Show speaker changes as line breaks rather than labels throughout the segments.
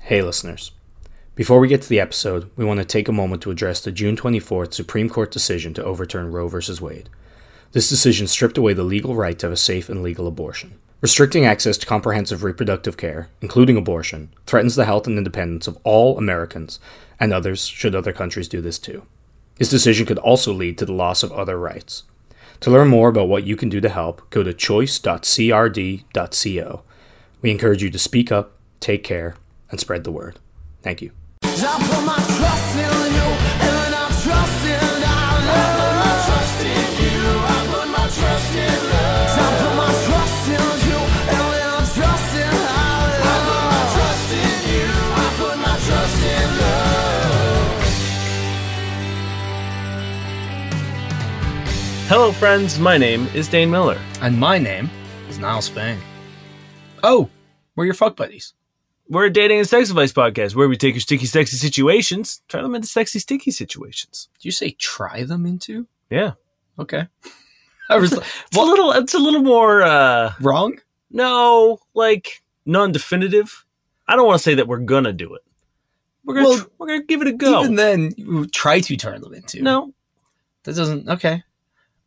Hey, listeners. Before we get to the episode, we want to take a moment to address the June 24th Supreme Court decision to overturn Roe v. Wade. This decision stripped away the legal right to have a safe and legal abortion. Restricting access to comprehensive reproductive care, including abortion, threatens the health and independence of all Americans and others should other countries do this too. This decision could also lead to the loss of other rights. To learn more about what you can do to help, go to choice.crd.co. We encourage you to speak up, take care, and spread the word. Thank you.
I put my trust in you, and I trust in our love. I put my trust in you, I put my trust in love. I put my trust in you, and I trust in our love. I put my trust in you, I put my trust in love.
Hello, friends. My name is Dane Miller.
And my name is Niall Spain. Oh, we're your fuck buddies.
We're a dating and sex advice podcast where we take your sticky, sexy situations, turn them into sexy, sticky situations.
Did you say try them into?
Yeah,
Okay. I was like,
it's a little, it's a little more, uh,
wrong?
no, like non-definitive. I don't want to say that we're gonna do it. We're gonna,
Well,
tr- we're gonna give it a go.
Even then, you try to turn them into.
no,
That doesn't, okay.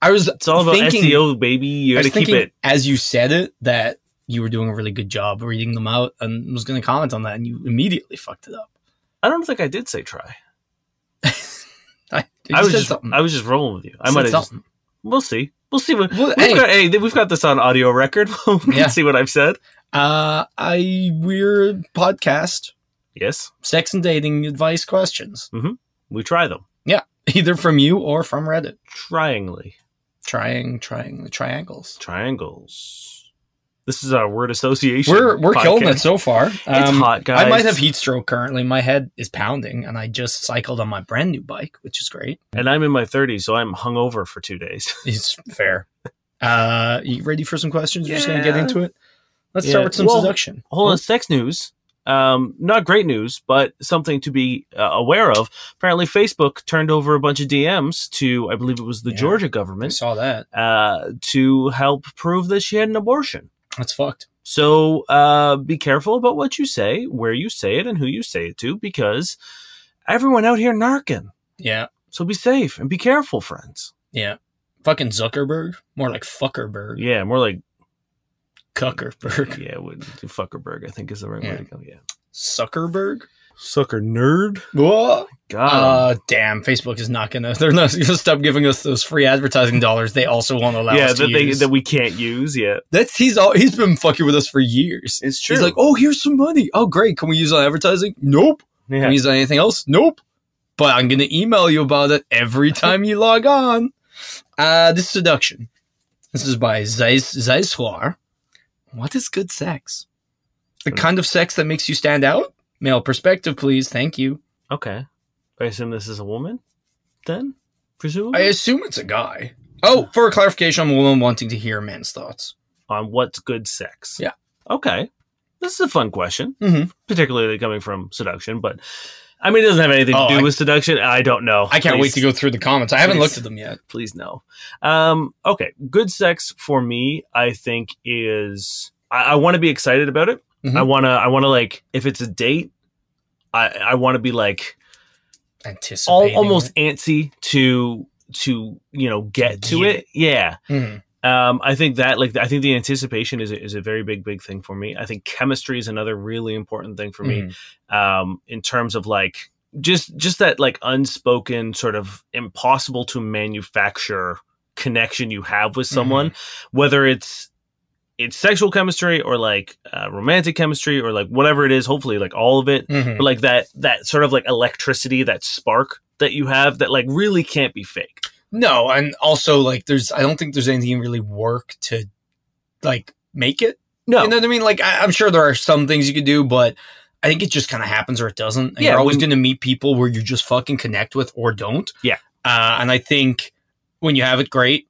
I was
it's all about
thinking,
SEO, baby. You
I
gotta
was
keep
thinking
it.
as you said it that you were doing a really good job reading them out and was going to comment on that and you immediately fucked it up.
I don't think I did say try.
I, you
I was
said
just,
something.
I was just rolling with you. I
Said
might have. Just,
something.
we'll see. We'll see. What,
Well,
we've
hey.
got, hey, we've got this on audio record. We'll
Yeah.
see what I've said.
Uh, I, we're a podcast,
Yes,
sex and dating advice questions,
we try them.
either from you or from Reddit.
Triangly.
trying trying the triangles.
triangles. This is our word association.
We're we're killing it
podcast.
so far. Um,
It's hot, guys.
I might have heat stroke currently. My head is pounding, and I just cycled on my brand new bike, which is great.
and I'm in my 30s, so I'm hungover for two days.
It's fair. Uh, you ready for some questions? We're just gonna get
Yeah.
into it. Let's
Yeah.
start with some
Well,
seduction.
Hold on, sex news. Um, not great news, but something to be uh, aware of. Apparently, Facebook turned over a bunch of DMs to, I believe it was the
Yeah.
Georgia
I
government,
saw that.
uh, to help prove that she had an abortion.
That's fucked.
So uh, be careful about what you say, where you say it, and who you say it to, because everyone out here narking.
Yeah,
So be safe and be careful, friends.
yeah. Fucking Zuckerberg, more like Fuckerberg,
Yeah, more like
Cuckerberg,
yeah, would Fuckerberg, I think is the right way
Yeah.
to go. Yeah,
Zuckerberg.
sucker nerd.
Whoa.
God,
Uh, damn! Facebook is not gonna. They're not gonna stop giving us those free advertising dollars. They also won't allow
yeah,
us to
that, they,
use.
that we can't use yet.
That's he's all. He's been fucking with us for years.
It's
He's like, oh, here's some money. Oh, great. Can we use it on advertising? Nope.
yeah.
Can we use it on anything else? Nope. But I'm gonna email you about it every time you log on. Uh, this is seduction. This is by Zeiss Zeiswar. What is good sex?
Hmm.
The kind of sex that makes you stand out. Male perspective, please. Thank you.
okay. I assume this is a woman, then
I
presumably
assume it's a guy. Oh, for a clarification, I'm a woman wanting to hear a man's thoughts.
on what's good sex.
Yeah.
Okay, this is a fun question,
Mhm.
particularly coming from seduction. But I mean, it doesn't have anything
Oh,
to do
I-
with seduction. I don't know.
I can't wait
Please.
to go through the comments. I haven't
Please.
looked at them yet.
please no. Um, okay, good sex for me, I think is I, I want to be excited about it.
Mhm.
I wanna I wanna like if it's a date, I I want to be like all,
Anticipating
almost antsy to to you know get to
Get
it. Yeah.
it. Mhm.
Um, I think that like I think the anticipation is a, is a very big big thing for me. I think chemistry is another really important thing for me. um, in terms of like just just that like unspoken sort of impossible to manufacture connection you have with someone whether it's it's sexual chemistry or like uh, romantic chemistry or like whatever it is hopefully like all of it
Mhm.
but like that that sort of like electricity that spark that you have that like really can't be fake
No, and also like there's I don't think there's anything really work to like make it.
no
You know what I mean? Like I, I'm sure there are some things you could do, but I think it just kind of happens or it doesn't. And
Yeah,
you're always
when-
going to meet people where you just fucking connect with or don't.
Yeah.
Uh, and I think when you have it, great.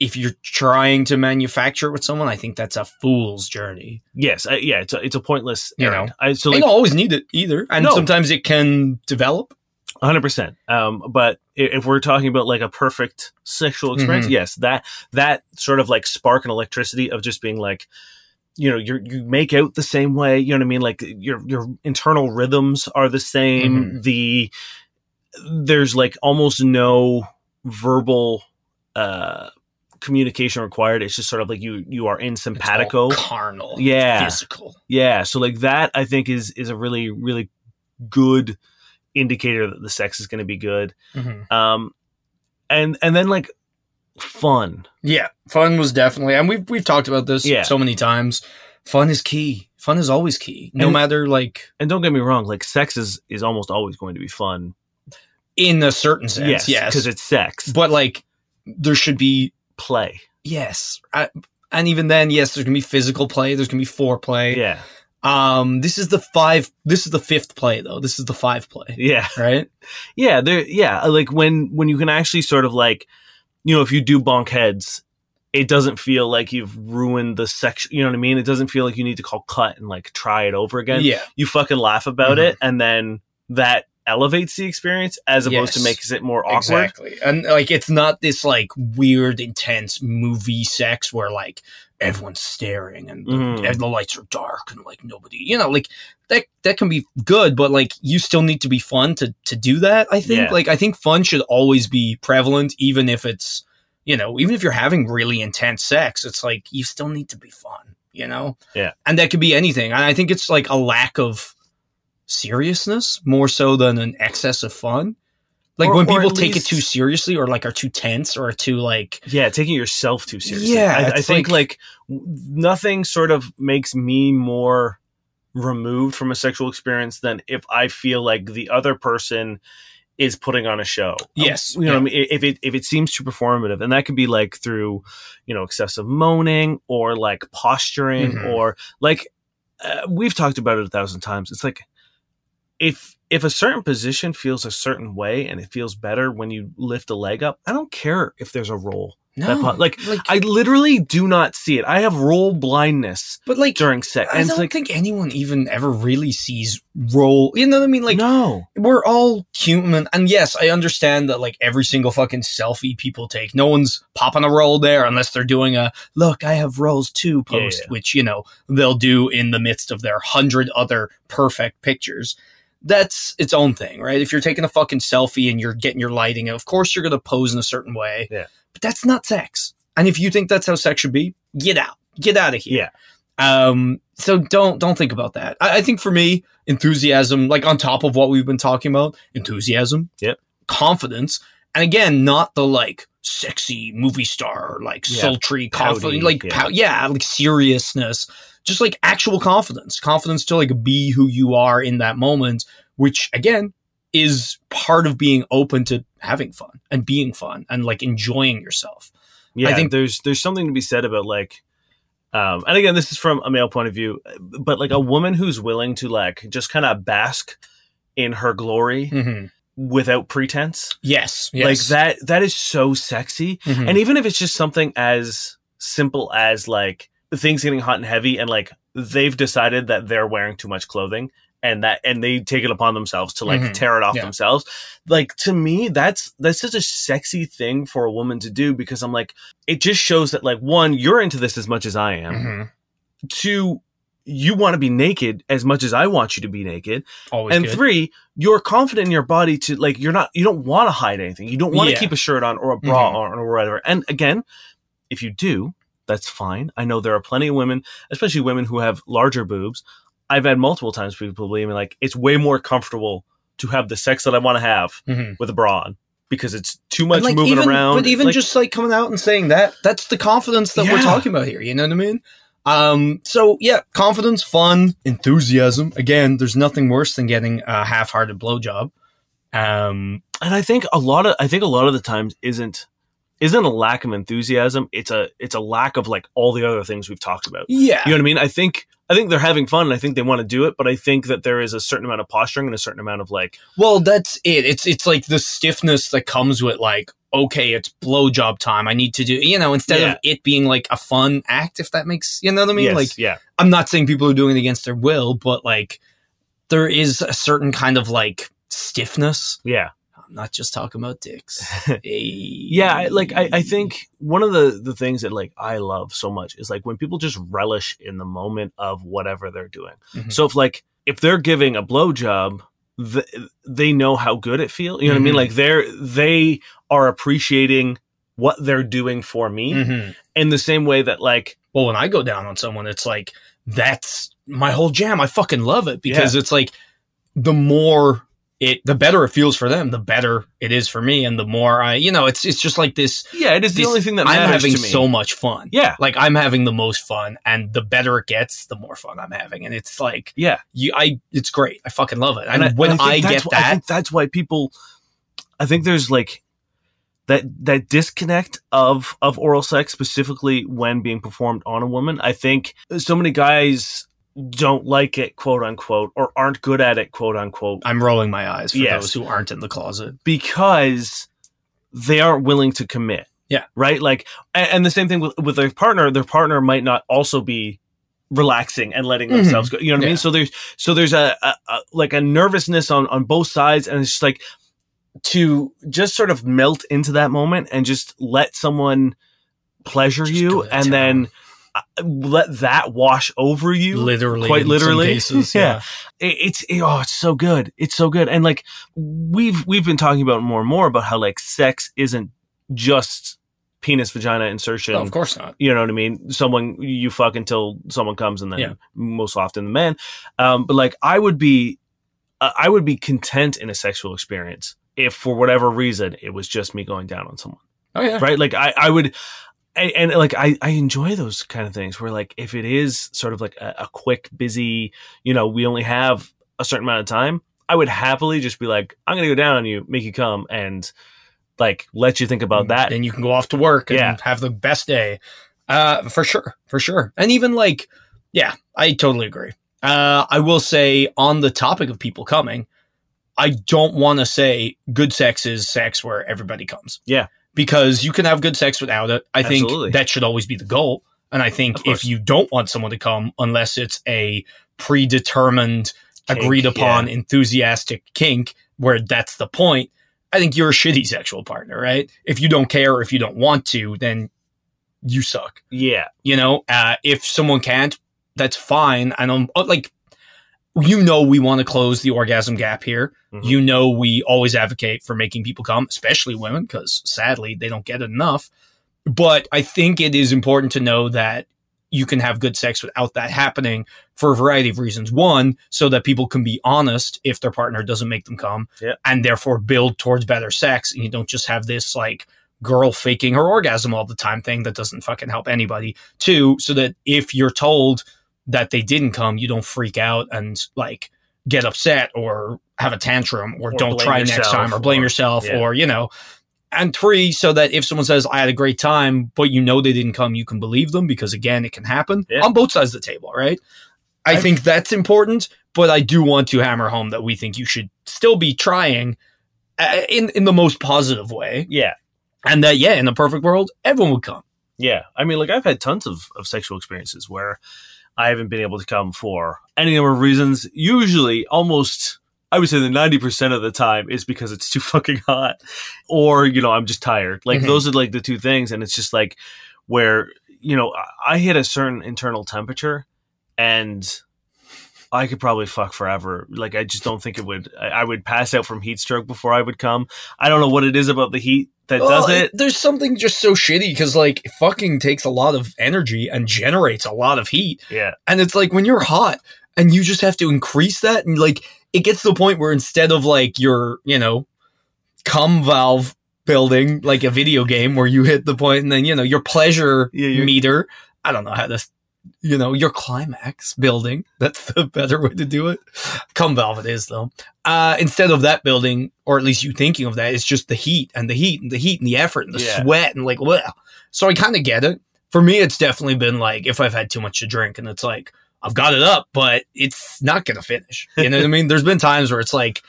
If you're trying to manufacture it with someone, I think that's a fool's journey.
yes I, yeah it's a, it's a pointless
You
errand. I, so
They
like
don't always need it either, and
No.
sometimes it can develop.
hundred percent. Um, but i- if we're talking about like a perfect sexual experience,
Mhm.
yes, that that sort of like spark and electricity of just being like, you know you you make out the same way you know what i mean like your your internal rhythms are the same
Mm-hmm.
the there's like almost no verbal uh communication required it's just sort of like you you are in
It's all
simpatico
carnal,
Yeah.
physical.
yeah so like that i think is is a really really good indicator that the sex is going to be good
Mhm.
um and and then like fun
Yeah, fun was definitely, and we've we've talked about this
Yeah.
so many times. Fun is key. Fun is always key, no
And-
matter like
and don't get me wrong like sex is is almost always going to be fun
in a certain sense. Yes,
because it's sex
but like there should be
play
yes, I, and even then, yes, there's gonna be physical play. There's gonna be foreplay.
yeah
Um, this is the five. This is the fifth play though. This is the five play,
yeah
right?
yeah there yeah like when when you can actually sort of like you know if you do bonk heads it doesn't feel like you've ruined the section you know what i mean it doesn't feel like you need to call cut and like try it over again
Yeah,
you fucking laugh about
Mhm.
it and then that elevates the experience as opposed to
Yes.
makes it more awkward
exactly. And like, it's not this like weird, intense movie sex where like everyone's staring and the,
Mhm.
and the lights are dark and like nobody, you know, like that that can be good, but like you still need to be fun to to do that. I think.
Yeah.
Like, I think fun should always be prevalent, even if it's you know, even if you're having really intense sex, it's like you still need to be fun, you know?
Yeah.
And that could be anything. And I think it's like a lack of seriousness more so than an excess of fun. Like
Or-
when
or
people
at
take
least-
it too seriously or like are too tense or are too like
yeah taking yourself too seriously
Yeah,
I, I
it's
think
like-
like, w nothing sort of makes me more removed from a sexual experience than if i feel like the other person is putting on a show Um,
Yes,
you know
yeah.
what i mean if it if it seems too performative and that could be like through you know excessive moaning or like posturing
Mhm.
or like uh, we've talked about it a thousand times it's like if if a certain position feels a certain way and it feels better when you lift a leg up i don't care if there's a roll
no,
po- like, I literally do not see it. I have role blindness
but like
during sex.
I
And
don't
it's like,
think anyone even ever really sees role. You know what I mean? Like
no.
we're all human and yes i understand that like every single fucking selfie people take no one's popping a roll there unless they're doing a look i have rolls too
Yeah, yeah,
post
yeah.
which you know they'll do in the midst of their hundred other perfect pictures that's its own thing right if you're taking a fucking selfie and you're getting your lighting of course you're going to pose in a certain way
Yeah.
but that's not sex and if you think that's how sex should be get out get out of here um so don't don't think about that I, I think for me enthusiasm, like on top of what we've been talking about, enthusiasm,
Yep.
confidence, and again, not the like sexy movie star, like
Yeah.
sultry
Pouty,
confidence, like yeah.
yeah.
yeah, like seriousness, just like actual confidence, confidence to like be who you are in that moment, which again is part of being open to having fun and being fun and like enjoying yourself.
Yeah. I
think-
think there's, there's something to be said about like, um, and again, this is from a male point of view, but like a woman who's willing to like just kind of bask in her
Hmm.
glory without pretense.
Yes, yes,
Mm-hmm. Like that, that is so sexy.
Mhm.
And even if it's just something as simple as like things getting hot and heavy and like they've decided that they're wearing too much clothing and that and they take it upon themselves to like
Mhm.
tear it off
Yeah.
themselves. Like to me that's that's such a sexy thing for a woman to do because I'm like it just shows that like one you're into this as much as I am.
Mhm.
Two you want to be naked as much as I want you to be naked.
always
and
good.
three, you're confident in your body to like you're not you don't want to hide anything. You don't want to
Yeah. Mm-hmm.
keep a shirt on or a bra on or whatever. And again, if you do, that's fine. I know there are plenty of women, especially women who have larger boobs. I've had multiple times people believe me like it's way more comfortable to have the sex that I want to have
Mhm.
with a bra on because it's too much
And, like,
moving
even,
around.
But even
Like,
just like coming out and saying that, that's the confidence that we're
Yeah.
talking about here. You know what I mean? Um, so yeah, confidence, fun, enthusiasm. Again, there's nothing worse than getting a half-hearted blowjob. Um,
and I think a lot of I think a lot of the times isn't isn't a lack of enthusiasm. It's a it's a lack of like all the other things we've talked about.
yeah,
You know what I mean? I think I think they're having fun and I think they want to do it, but I think that there is a certain amount of posturing and a certain amount of like
Well, that's it. It's it's like the stiffness that comes with like, okay, it's blowjob time. I need to do you know, instead
Yeah.
of it being like a fun act, if that makes you know what I mean?
yes,
Like
yeah.
I'm not saying people are doing it against their will, but like there is a certain kind of like stiffness
Yeah.
not just talking about dicks.
Eh, yeah I, like I, I think one of the the things that like i love so much is like when people just relish in the moment of whatever they're doing
Mhm.
so if like if they're giving a blowjob th- they know how good it feels you know what i mean
Mhm.
like they're they are appreciating what they're doing for me
Mhm.
in the same way that like
Well, when I go down on someone, it's like that's my whole jam. I fucking love it because it's like the more it, the better it feels for them, the better it is for me, and the more I, you know, it's it's just like this.
yeah it is the
This-
only thing that matters
I'm having
to me
so much fun.
yeah
Like I'm having the most fun, and the better it gets, the more fun I'm having, and it's like
yeah
you, I, it's great. I fucking love it. And,
I-
when
and
I,
think
get
that's wh- I
that,
think that's why people. I think there's like that that disconnect of of oral sex specifically when being performed on a woman. I think so many guys don't like it, quote unquote, or aren't good at it, quote unquote,
I'm rolling my eyes for
Yes.
those who aren't in the closet.
because they aren't willing to commit.
Yeah.
Right. Like, and, and the same thing with, with their partner. Their partner might not also be relaxing and letting
Mhm.
themselves go. You know what I
Yeah.
mean? So there's so there's a, a, a like a nervousness on on both sides, and it's just like to just sort of melt into that moment and just let someone pleasure
Just
you,
go to
and
town.
then uh, let that wash over you
literally,
quite
in some
literally.
cases,
Yeah.
yeah.
it, it's it- oh it's so good it's so good and like we've we've been talking about more and more about how like sex isn't just penis vagina insertion
No, of course not.
you know what i mean someone you fuck until someone comes and then
Yeah.
most often the man um but like i would be uh, i would be content in a sexual experience if for whatever reason it was just me going down on someone
Oh yeah,
right like i i would and, and like I, I enjoy those kind of things where like if it is sort of like a, a quick busy you know we only have a certain amount of time i would happily just be like i'm gonna go down on you make you come and like let you think about that
Then you can go off to work and
Yeah.
have the best day. Uh, for sure, for sure. And even like, yeah, I totally agree. Uh, I will say on the topic of people coming, I don't want to say good sex is sex where everybody comes.
Yeah.
Because you can have good sex without it. I
Absolutely.
think that should always be the goal. And I
Of
think
course.
if you don't want someone to come, unless it's a predetermined,
Kink,
agreed upon, enthusiastic kink, where that's the point, I think you're a shitty sexual partner, right? If you don't care, if you don't want to, then you suck.
yeah
You know, uh, if someone can't, that's fine. And I'm uh, like, you know, we want to close the orgasm gap here.
Mhm.
You know, we always advocate for making people come, especially women, because sadly they don't get it enough. But I think it is important to know that you can have good sex without that happening for a variety of reasons. One, so that people can be honest if their partner doesn't make them come
Yeah.
and therefore build towards better sex. And you don't just have this like girl faking her orgasm all the time thing that doesn't fucking help anybody. Two, so that if you're told that they didn't come, you don't freak out and like get upset or have a tantrum or,
Or
don't
blame
try next
yourself
time or blame
or-
yourself
yeah.
or, you know, and three, so that if someone says, I had a great time, but you know they didn't come, you can believe them because, again, it can happen
Yeah.
on both sides of the table, right? I
I've-
think that's important, but I do want to hammer home that we think you should still be trying uh, in, in the most positive way.
yeah
And that, yeah, in the perfect world, everyone would come.
Yeah. I mean, like I've had tons of, of sexual experiences where I haven't been able to come for any number of reasons. Usually almost I would say the ninety percent of the time is because it's too fucking hot. Or, you know, I'm just tired. Like
Mhm.
those are like the two things. And it's just like where, you know, I- I hit a certain internal temperature and I could probably fuck forever. Like I just don't think it would I, I would pass out from heat stroke before I would come. I don't know what it is about the heat that does
Well,
it.
Oh, There's something just so shitty because, like, it fucking takes a lot of energy and generates a lot of heat.
Yeah.
And it's like when you're hot and you just have to increase that, and like it gets to the point where instead of like your, you know, cum valve building like a video game where you hit the point and then, you know, your pleasure
Yeah, you're-
meter, I don't know how to, you know, your climax building, that's the better way to do it. Cum valve it is though. Uh, instead of that building, or at least you thinking of that, it's just the heat and the heat and the heat and the effort and the
Yeah.
sweat and like, well. So I kind of get it for me, it's definitely been like if I've had too much to drink and it's like, I've got it up, but it's not going to finish. You know what I mean? There's been times where it's like,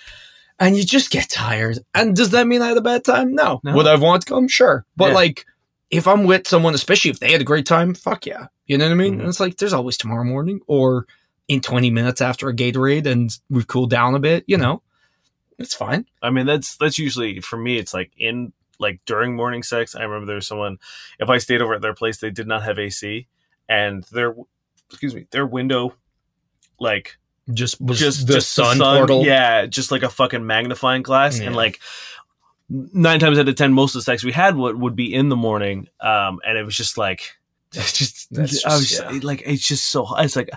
and you just get tired. And does that mean I had a bad time? No.
No.
Would I want to come? Sure. But
Yeah.
like, if I'm with someone, especially if they had a great time, fuck yeah. You know what I mean?
Mhm.
And it's like, there's always tomorrow morning or in 20 minutes after a Gatorade and we've cooled down a bit, you know? It's fine.
I mean, that's that's usually for me. It's like in like during morning sex. I remember there was someone. If I stayed over at their place, they did not have AC, and their excuse me, their window, like
Just was
just
the,
just
sun portal.
yeah, just like a fucking magnifying glass,
Yeah.
and like nine times out of ten, most of the sex we had would would be in the morning, um, and it was just like. It's just,
That's
I was
just-
just- like, it's just so. It's like,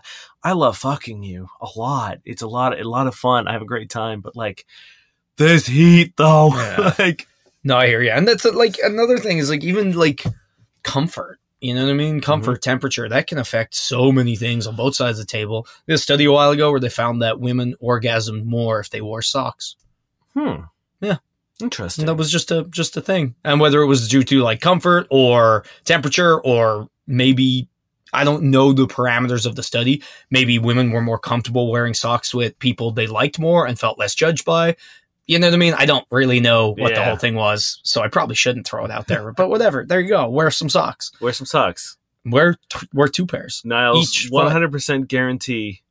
I love fucking you a lot. It's a lot, a lot of fun. I have a great time, but like, this heat though,
Yeah.
like,
No, I hear you. And that's like another thing is like even like comfort. You know what I mean? Comfort,
Mm-hmm.
temperature, that can affect so many things on both sides of the table. There's a study a while ago where they found that women orgasmed more if they wore socks.
Hmm.
Yeah.
Interesting.
And that was just a just a thing. And whether it was due to like comfort or temperature or maybe I don't know the parameters of the study. Maybe women were more comfortable wearing socks with people they liked more and felt less judged by. You know what I mean? I don't really know what the
Yeah.
whole thing was, so I probably shouldn't throw it out there. But whatever. There you go. Wear some socks.
Wear some socks.
Wear t- wear two pairs.
Niles,
Each foot.
one hundred percent guarantee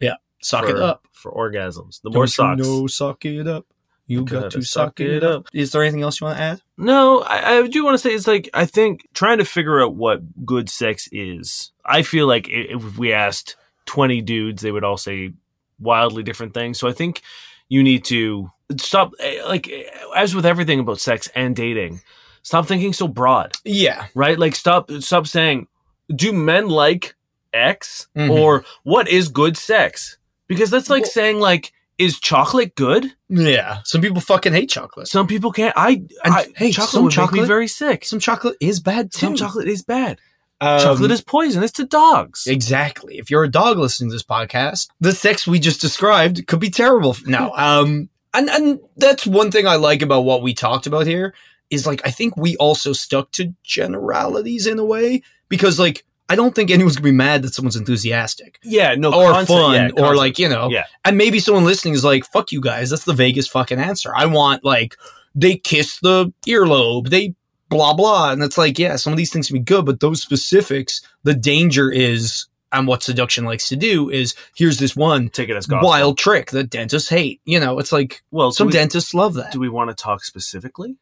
Sock
for,
it up.
for orgasms. The
Don't
more
you
socks.
know, sock it up. You got
Gotta
to
sock
sock it
it
up. Is there anything else you want to add?
No, I, I do want to say it's like I think trying to figure out what good sex is. I feel like i- if we asked twenty dudes, they would all say wildly different things. So I think you need to stop. eh, Like eh, as with everything about sex and dating, stop thinking so broad.
Yeah.
right? Like stop stop saying, do men like X
Mhm.
or what is good sex? Because that's like
Well-
saying like is chocolate good?
Yeah. Some people fucking hate chocolate.
Some people can't. I, I
hey,
chocolate
some
would make
chocolate-
me very sick.
Some chocolate is bad too.
Some chocolate is bad.
Um,
chocolate is poison. It's to dogs.
exactly. If you're a dog listening to this podcast, the sex we just described could be terrible. No, um, and and that's one thing I like about what we talked about here is like I think we also stuck to generalities in a way because like I don't think anyone's gonna be mad that someone's enthusiastic
yeah, no,
or
concept-
fun
yeah,
or
concept.
like you know
Yeah.
and maybe someone listening is like fuck you guys that's the vaguest fucking answer i want like they kiss the earlobe they blah blah and it's like yeah some of these things can be good but those specifics the danger is and what seduction likes to do is here's this one
take it as gospel.
wild trick that dentists hate you know it's like
Well,
some
do we,
dentists love that
do we want to talk specifically?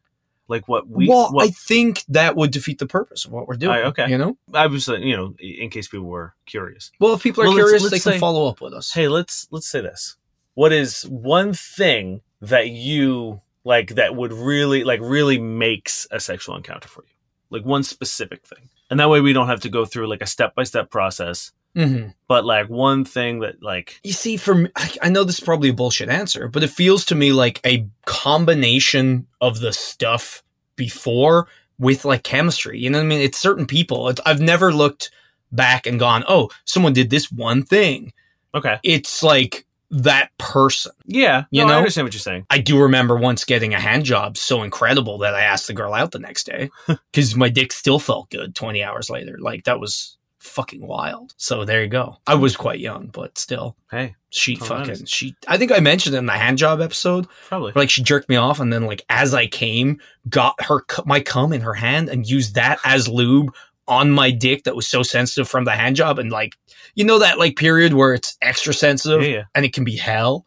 Like what we
well
what
i think that would defeat the purpose of what we're doing
Alright, okay.
you know
I was uh, you know in case people were curious.
well if people are
Well, let's-
curious
let's
they can
say-
follow up with us
hey let's let's say this what is one thing that you like that would really like really makes a sexual encounter for you like one specific thing and that way we don't have to go through like a step-by-step process
mm-hmm.
but like one thing that like
You see, for me, I, I know this is probably a bullshit answer, but it feels to me like a combination of the stuff before with like chemistry. You know what I mean? It's certain people. It's, I've never looked back and gone, oh, someone did this one thing.
okay
It's like that person.
yeah
You
you know
know?
i understand what you're saying
I do remember once getting a hand job so incredible that I asked the girl out the next day because my dick still felt good 20 hours later. Like that was fucking wild. So there you go. I was quite young, but still
hey
she
Totally
fucking
honest.
she i think i mentioned it in the hand job episode
probably
but, like she jerked me off and then like as i came got her cu- my cum in her hand and used that as lube on my dick that was so sensitive from the hand job and like you know that like period where it's extra sensitive
yeah, yeah
and it can be hell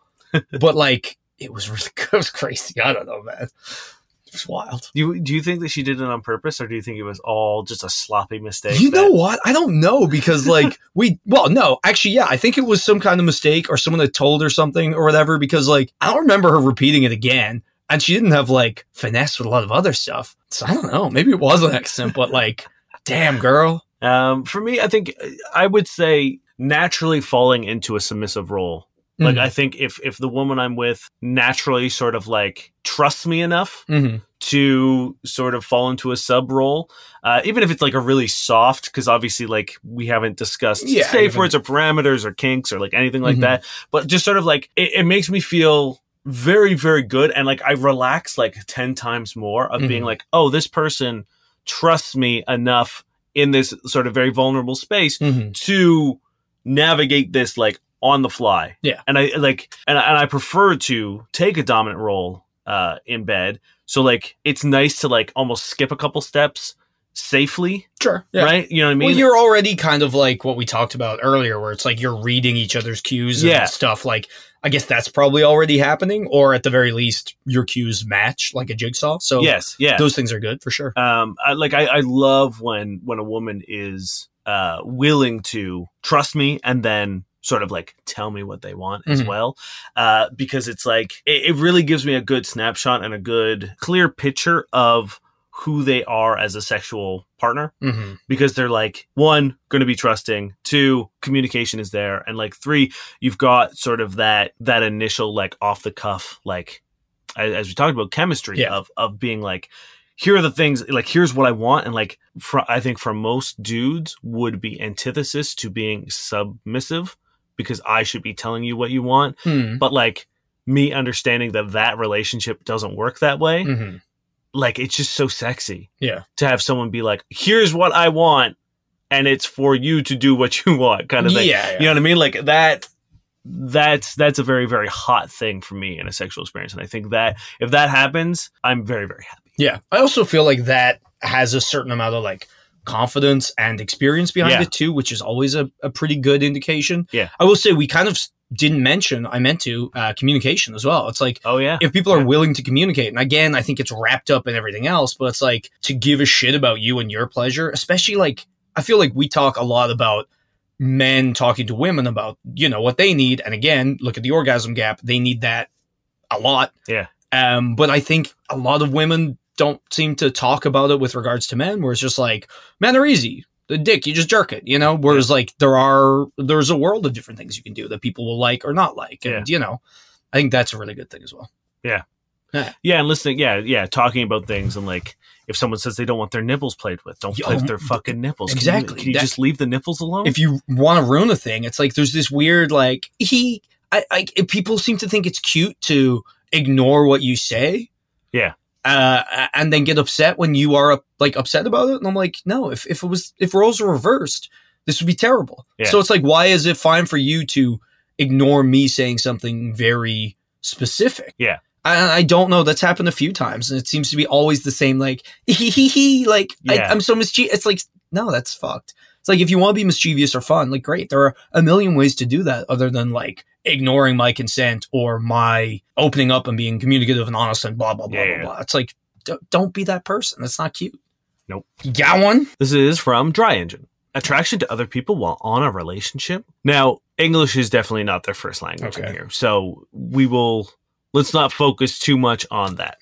but like it was really it was crazy i don't know man it was wild
do you, do you think that she did it on purpose or do you think it was all just a sloppy mistake
You
that-
know what? I don't know because like we well no actually yeah I think it was some kind of mistake or someone had told her something or whatever because like I don't remember her repeating it again and she didn't have like finesse with a lot of other stuff so I don't know maybe it was an accident but like damn girl
um for me i think uh, i would say naturally falling into a submissive role
Mm.
Like I think if if the woman I'm with naturally sort of like trusts me enough
Mhm.
to sort of fall into a sub role, uh, even if it's like a really soft, because obviously like we haven't discussed
Yeah, we
safe
haven't-
words or parameters or kinks or like anything like
Mhm.
that, but just sort of like it, it makes me feel very very good and like I relax like ten times more of being
Mhm.
like oh this person trusts me enough in this sort of very vulnerable space
Mhm.
to navigate this like on the fly.
Yeah.
And I like and I, and I prefer to take a dominant role uh in bed. So like it's nice to like almost skip a couple steps safely,
sure yeah.
right? You know what I mean?
well, you're already kind of like what we talked about earlier, where it's like you're reading each other's cues and
Yeah.
stuff. Like, I guess that's probably already happening, or at the very least, your cues match like a jigsaw. So
yes, yeah.
those things are good for sure.
um I, like I, I love when when a woman is uh willing to trust me and then sort of like tell me what they want as
Mhm.
well uh because it's like it, it really gives me a good snapshot and a good clear picture of who they are as a sexual partner
Mhm.
because they're like one going to be trusting two communication is there and like three you've got sort of that that initial like off the cuff like as, as we talked about chemistry
Yeah.
of of being like here are the things like here's what i want and like fr i think for most dudes would be antithesis to being submissive because i should be telling you what you want
Hmm.
but like me understanding that that relationship doesn't work that way
Mhm.
like it's just so sexy.
Yeah.
To have someone be like, here's what I want, and it's for you to do what you want, kind of
Mm-hmm. Yeah,
thing.
yeah.
You know what I mean? Like that that's that's a very, very hot thing for me in a sexual experience. And I think that if that happens, I'm very, very happy.
Yeah. I also feel like that has a certain amount of like confidence and experience behind
Yeah.
it too, which is always a, a pretty good indication.
Yeah.
I will say we kind of s- didn't mention, I meant to, uh, communication as well. It's like
Oh yeah.
if people are willing to communicate, and again, I think it's wrapped up in everything else, but it's like to give a shit about you and your pleasure, especially like I feel like we talk a lot about men talking to women about, you know, what they need. And again, look at the orgasm gap. They need that a lot.
Yeah.
Um, but I think a lot of women don't seem to talk about it with regards to men, where it's just like, men are easy. The dick, you just jerk it, you know? Whereas like there are there's a world of different things you can do that people will like or not like. And you know, I think that's a really good thing as well.
Yeah, and listening, yeah, yeah, talking about things and like if someone says they don't want their nipples played with, don't
Yeah,
play with
um,
their fucking nipples. Can you- Can
exactly.
you,
That-
just leave the nipples alone?
if you want to ruin a thing, it's like there's this weird like he. I, I if people seem to think it's cute to ignore what you say.
Yeah.
Uh, a- and then get upset when you are up, like upset about it, and I'm like, no. If if it was if roles were reversed, this would be terrible.
Yeah.
So it's like, why is it fine for you to ignore me saying something very specific?
Yeah.
I, I don't know. That's happened a few times, and it seems to be always the same. Like, hee hee hee. Like,
Yeah.
I, I'm so mischievous. It's like, no, that's fucked. It's like if you want to be mischievous or fun, like great. There are a million ways to do that other than like ignoring my consent or my opening up and being communicative and honest and blah blah blah
Yeah,
blah
yeah.
blah. It's like d- don't be that person. That's not cute.
Nope.
You got one?
This is from Dry Engine. Attraction to other people while on a relationship. Now, English is definitely not their first language in
Okay.
here. So we will, let's not focus too much on that.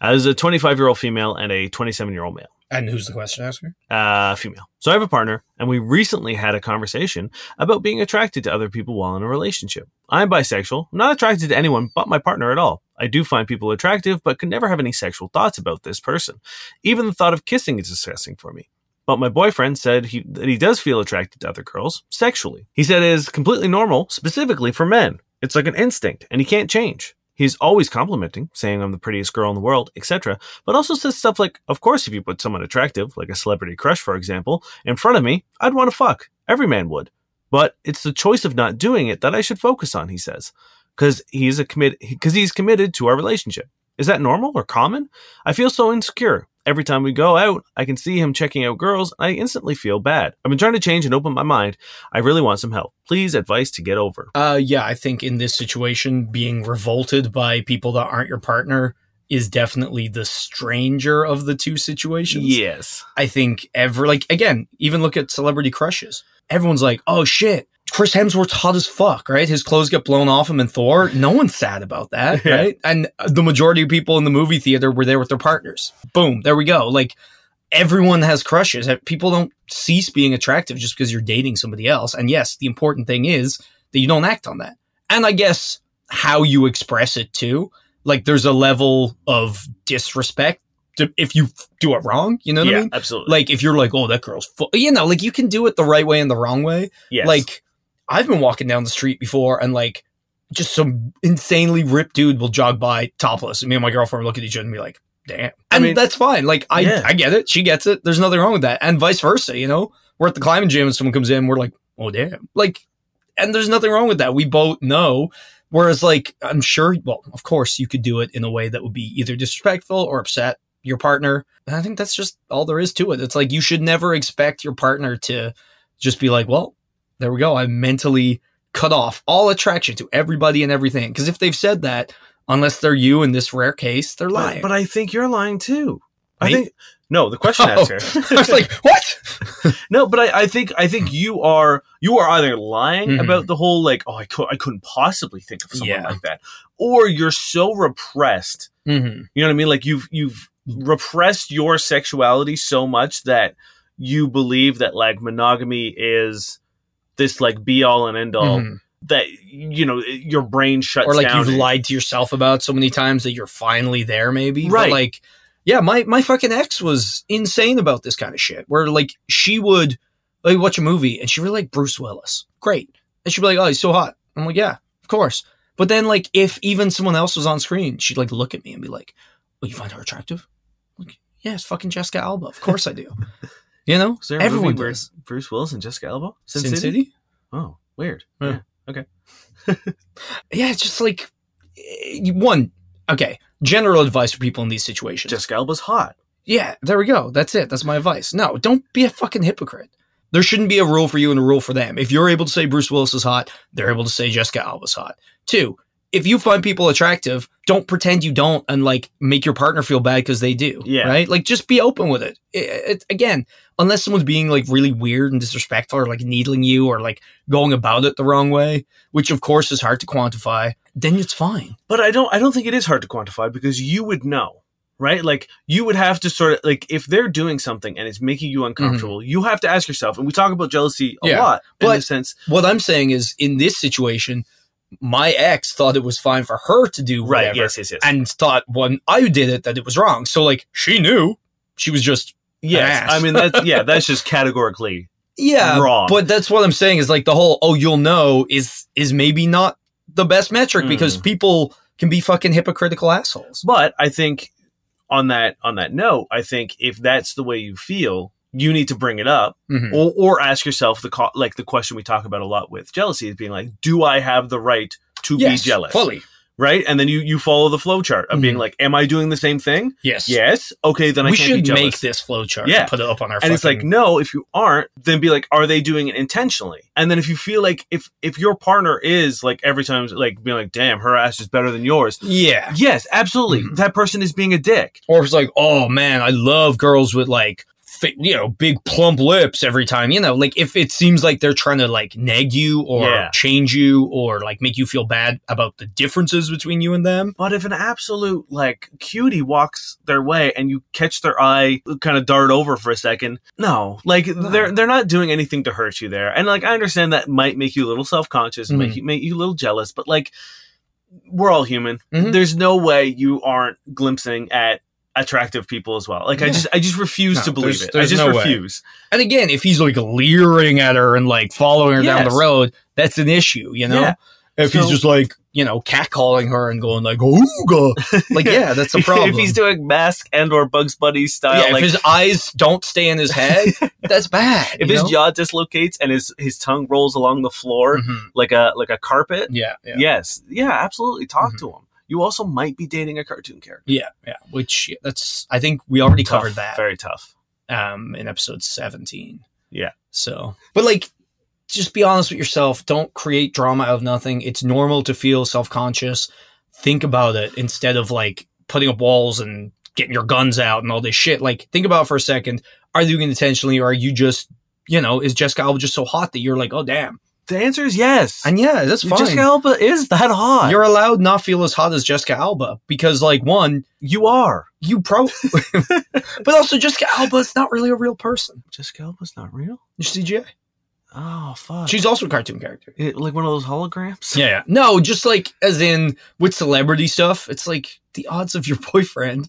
Uh, this is a 25 year old female and a 27 year old male
And who's the question asker?
uh, female. So I have a partner, and we recently had a conversation about being attracted to other people while in a relationship. I'm bisexual, not attracted to anyone but my partner at all. I do find people attractive, but could never have any sexual thoughts about this person. Even the thought of kissing is disgusting for me. But my boyfriend said he, that he does feel attracted to other girls sexually. He said it is completely normal, specifically for men. It's like an instinct, and he can't change. He's always complimenting, saying I'm the prettiest girl in the world, etc but also says stuff like, of course, if you put someone attractive, like a celebrity crush, for example, in front of me, I'd want to fuck. Every man would. But it's the choice of not doing it that I should focus on, he says, because he's a commit because he's committed to our relationship. Is that normal or common? I feel so insecure. Every time we go out, I can see him checking out girls, and I instantly feel bad. I've been trying to change and open my mind. I really want some help. Please advice to get over.
Uh, yeah, I think in this situation, being revolted by people that aren't your partner is definitely the stranger of the two situations.
Yes.
I think ever like again, even look at celebrity crushes. Everyone's like, "Oh shit, Chris Hemsworth's hot as fuck," right? His clothes get blown off him in Thor. No one's sad about that,
Yeah.
right? And the majority of people in the movie theater were there with their partners. Boom, there we go. Like everyone has crushes. People don't cease being attractive just because you're dating somebody else. And yes, the important thing is that you don't act on that. And I guess how you express it too. Like there's a level of disrespect to, if you do it wrong. You know what I mean?
absolutely.
like if you're like oh that girl's fu-, you know like you can do it the right way and the wrong way
yes.
like i've been walking down the street before and like just some insanely ripped dude will jog by topless and me and my girlfriend look at each other and be like damn
I
and
mean-
that's fine like i
Yeah.
i get it she gets it there's nothing wrong with that and vice versa you know we're at the climbing gym and someone comes in we're like oh damn like and there's nothing wrong with that we both know whereas like i'm sure well of course you could do it in a way that would be either disrespectful or upset your partner and i think that's just all there is to it it's like you should never expect your partner to just be like well there we go. I mentally cut off all attraction to everybody and everything. Because if they've said that, unless they're you in this rare case, they're lying.
But, but I think you're lying too. I
Me?
think no. The question
Oh.
asker.
I was like, what?
No, but I, I think I think you are you are either lying
Mhm.
about the whole like oh I, could, I couldn't possibly think of someone
Yeah.
like that, or you're so repressed.
Mm-hmm.
You know what I mean? Like you've you've repressed your sexuality so much that you believe that like monogamy is this like be all and end all that you know your brain shuts
Mm-hmm. Or like
down.
you've lied to yourself about so many times that you're finally there, maybe. But,
Right.
like, yeah, my my fucking ex was insane about this kind of shit. Where like she would like watch a movie and she really like Bruce Willis, great, and she'd be like, oh, he's so hot. I'm like, yeah, of course. But then like if even someone else was on screen, she'd like look at me and be like, oh, you find her attractive? I'm like, yeah, it's fucking Jessica Alba. Of course I do. you know,
Is there a
everyone
movie where
does.
Bruce Willis and Jessica Alba? Sin,
Sin,
City?
City?
Oh, weird.
Yeah.
Yeah.
yeah, it's just like eh, one. Okay, general advice for people in these situations.
Jessica Alba's hot.
yeah, there we go. That's it. That's my advice. No, don't be a fucking hypocrite. There shouldn't be a rule for you and a rule for them. If you're able to say Bruce Willis is hot, they're able to say Jessica Alba's hot. Two, if you find people attractive, don't pretend you don't and like make your partner feel bad because they do.
Yeah.
Right? Like just be open with it. It- it. Again, unless someone's being like really weird and disrespectful or like needling you or like going about it the wrong way, which of course is hard to quantify, then it's fine.
but I don't I don't think it is hard to quantify because you would know, right? Like you would have to sort of like if they're doing something and it's making you uncomfortable, you have to ask yourself. And we talk about jealousy a
Mm-hmm. Yeah,
lot in
but-
the sense,
what I'm saying is in this situation, my ex thought it was fine for her to do
right?
whatever
Yes, yes, yes.
and thought when I did it that it was wrong. So like she knew. She was just
yes,
ass.
I mean that's yeah, that's just categorically
yeah,
Wrong.
but that's what I'm saying is like the whole oh you'll know is is maybe not the best metric
Mm.
because people can be fucking hypocritical assholes.
But I think on that on that note, I think if that's the way you feel, you need to bring it up
Mhm.
or, or ask yourself the co- like the question we talk about a lot with jealousy is being like, do I have the right to
Yes,
be jealous?
fully.
Right? And then you you follow the flow chart of being
Mhm.
like, am I doing the same thing?
Yes.
Yes. Okay, then I
we
can't be
should
jealous.
make this flow chart.
Yeah.
and put it up on our.
and it's like,
fucking-
no, if you aren't, then be like, are they doing it intentionally? And then if you feel like if if your partner is like every time like being like, damn, her ass is better than yours.
yeah.
Yes, absolutely.
Mhm.
That person is being a dick.
Or it's like, oh man, I love girls with like, fi- you know, big plump lips every time. You know, like if it seems like they're trying to like nag you or
Yeah.
change you or like make you feel bad about the differences between you and them.
But if an absolute like cutie walks their way and you catch their eye kind of dart over for a second, no, like they're they're not doing anything to hurt you there. And like I understand that might make you a little self conscious and make
Mhm.
you make you a little jealous, but like we're all human.
Mhm.
There's no way you aren't glimpsing at attractive people as well. Like I
Yeah.
just I just refuse
No,
to believe
there's-
it. I
there's
just
no way.
refuse.
And again, if he's like leering at her and like following her down
Yes.
the road, that's an issue, you know?
Yeah.
If he's
So-
just like, you know, catcalling her and going like, ooga, like, yeah, that's a problem.
if he's doing mask and or Bugs Bunny style,
yeah,
like
if his eyes don't stay in his head, that's bad.
if
you
his
know?
jaw dislocates and his his tongue rolls along the floor
Mhm.
like a like a carpet,
yeah, yeah.
yes, yeah, Mm-hmm. absolutely, talk to him. You also might be dating a cartoon character.
Yeah, yeah. Which yeah, that's I think we already covered
Tough,
that
Very tough.
um in episode 17.
Yeah.
So, but like just be honest with yourself. Don't create drama out of nothing. It's normal to feel self-conscious. Think about it instead of like putting up walls and getting your guns out and all this shit. Like think about it for a second. Are you doing it intentionally or are you just, you know, is Jessica Alba just so hot that you're like, "Oh damn."
The answer is yes.
And yeah, that's fine.
Jessica Alba is that hot.
you're allowed not feel as hot as Jessica Alba because like one,
you are.
you probably, but also Jessica Alba's not really a real person.
Jessica Alba's not real.
She's CGI.
Oh fuck.
She's also a cartoon character.
It- like one of those holograms.
Yeah, yeah. No, just like as in with celebrity stuff, it's like the odds of your boyfriend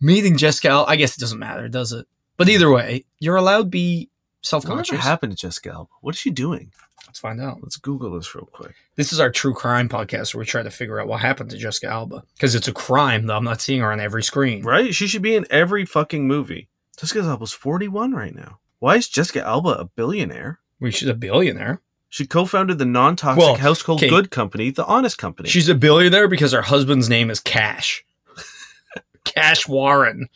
meeting Jessica. Al- I guess it doesn't matter, does it? But either way, you're allowed to be
What
self-conscious.
happened to Jessica Alba? What is she doing?
Let's find out.
Let's Google this real quick.
This is our true crime podcast where we try to figure out what happened to Jessica Alba because it's a crime that I'm not seeing her on every screen.
Right? She should be in every fucking movie. Jessica Alba's 41 right now. Why is Jessica Alba a billionaire?
Well, she's a billionaire.
She co-founded the non-toxic
Well,
household
okay.
good company, The Honest Company.
She's a billionaire because her husband's name is Cash. Cash Warren.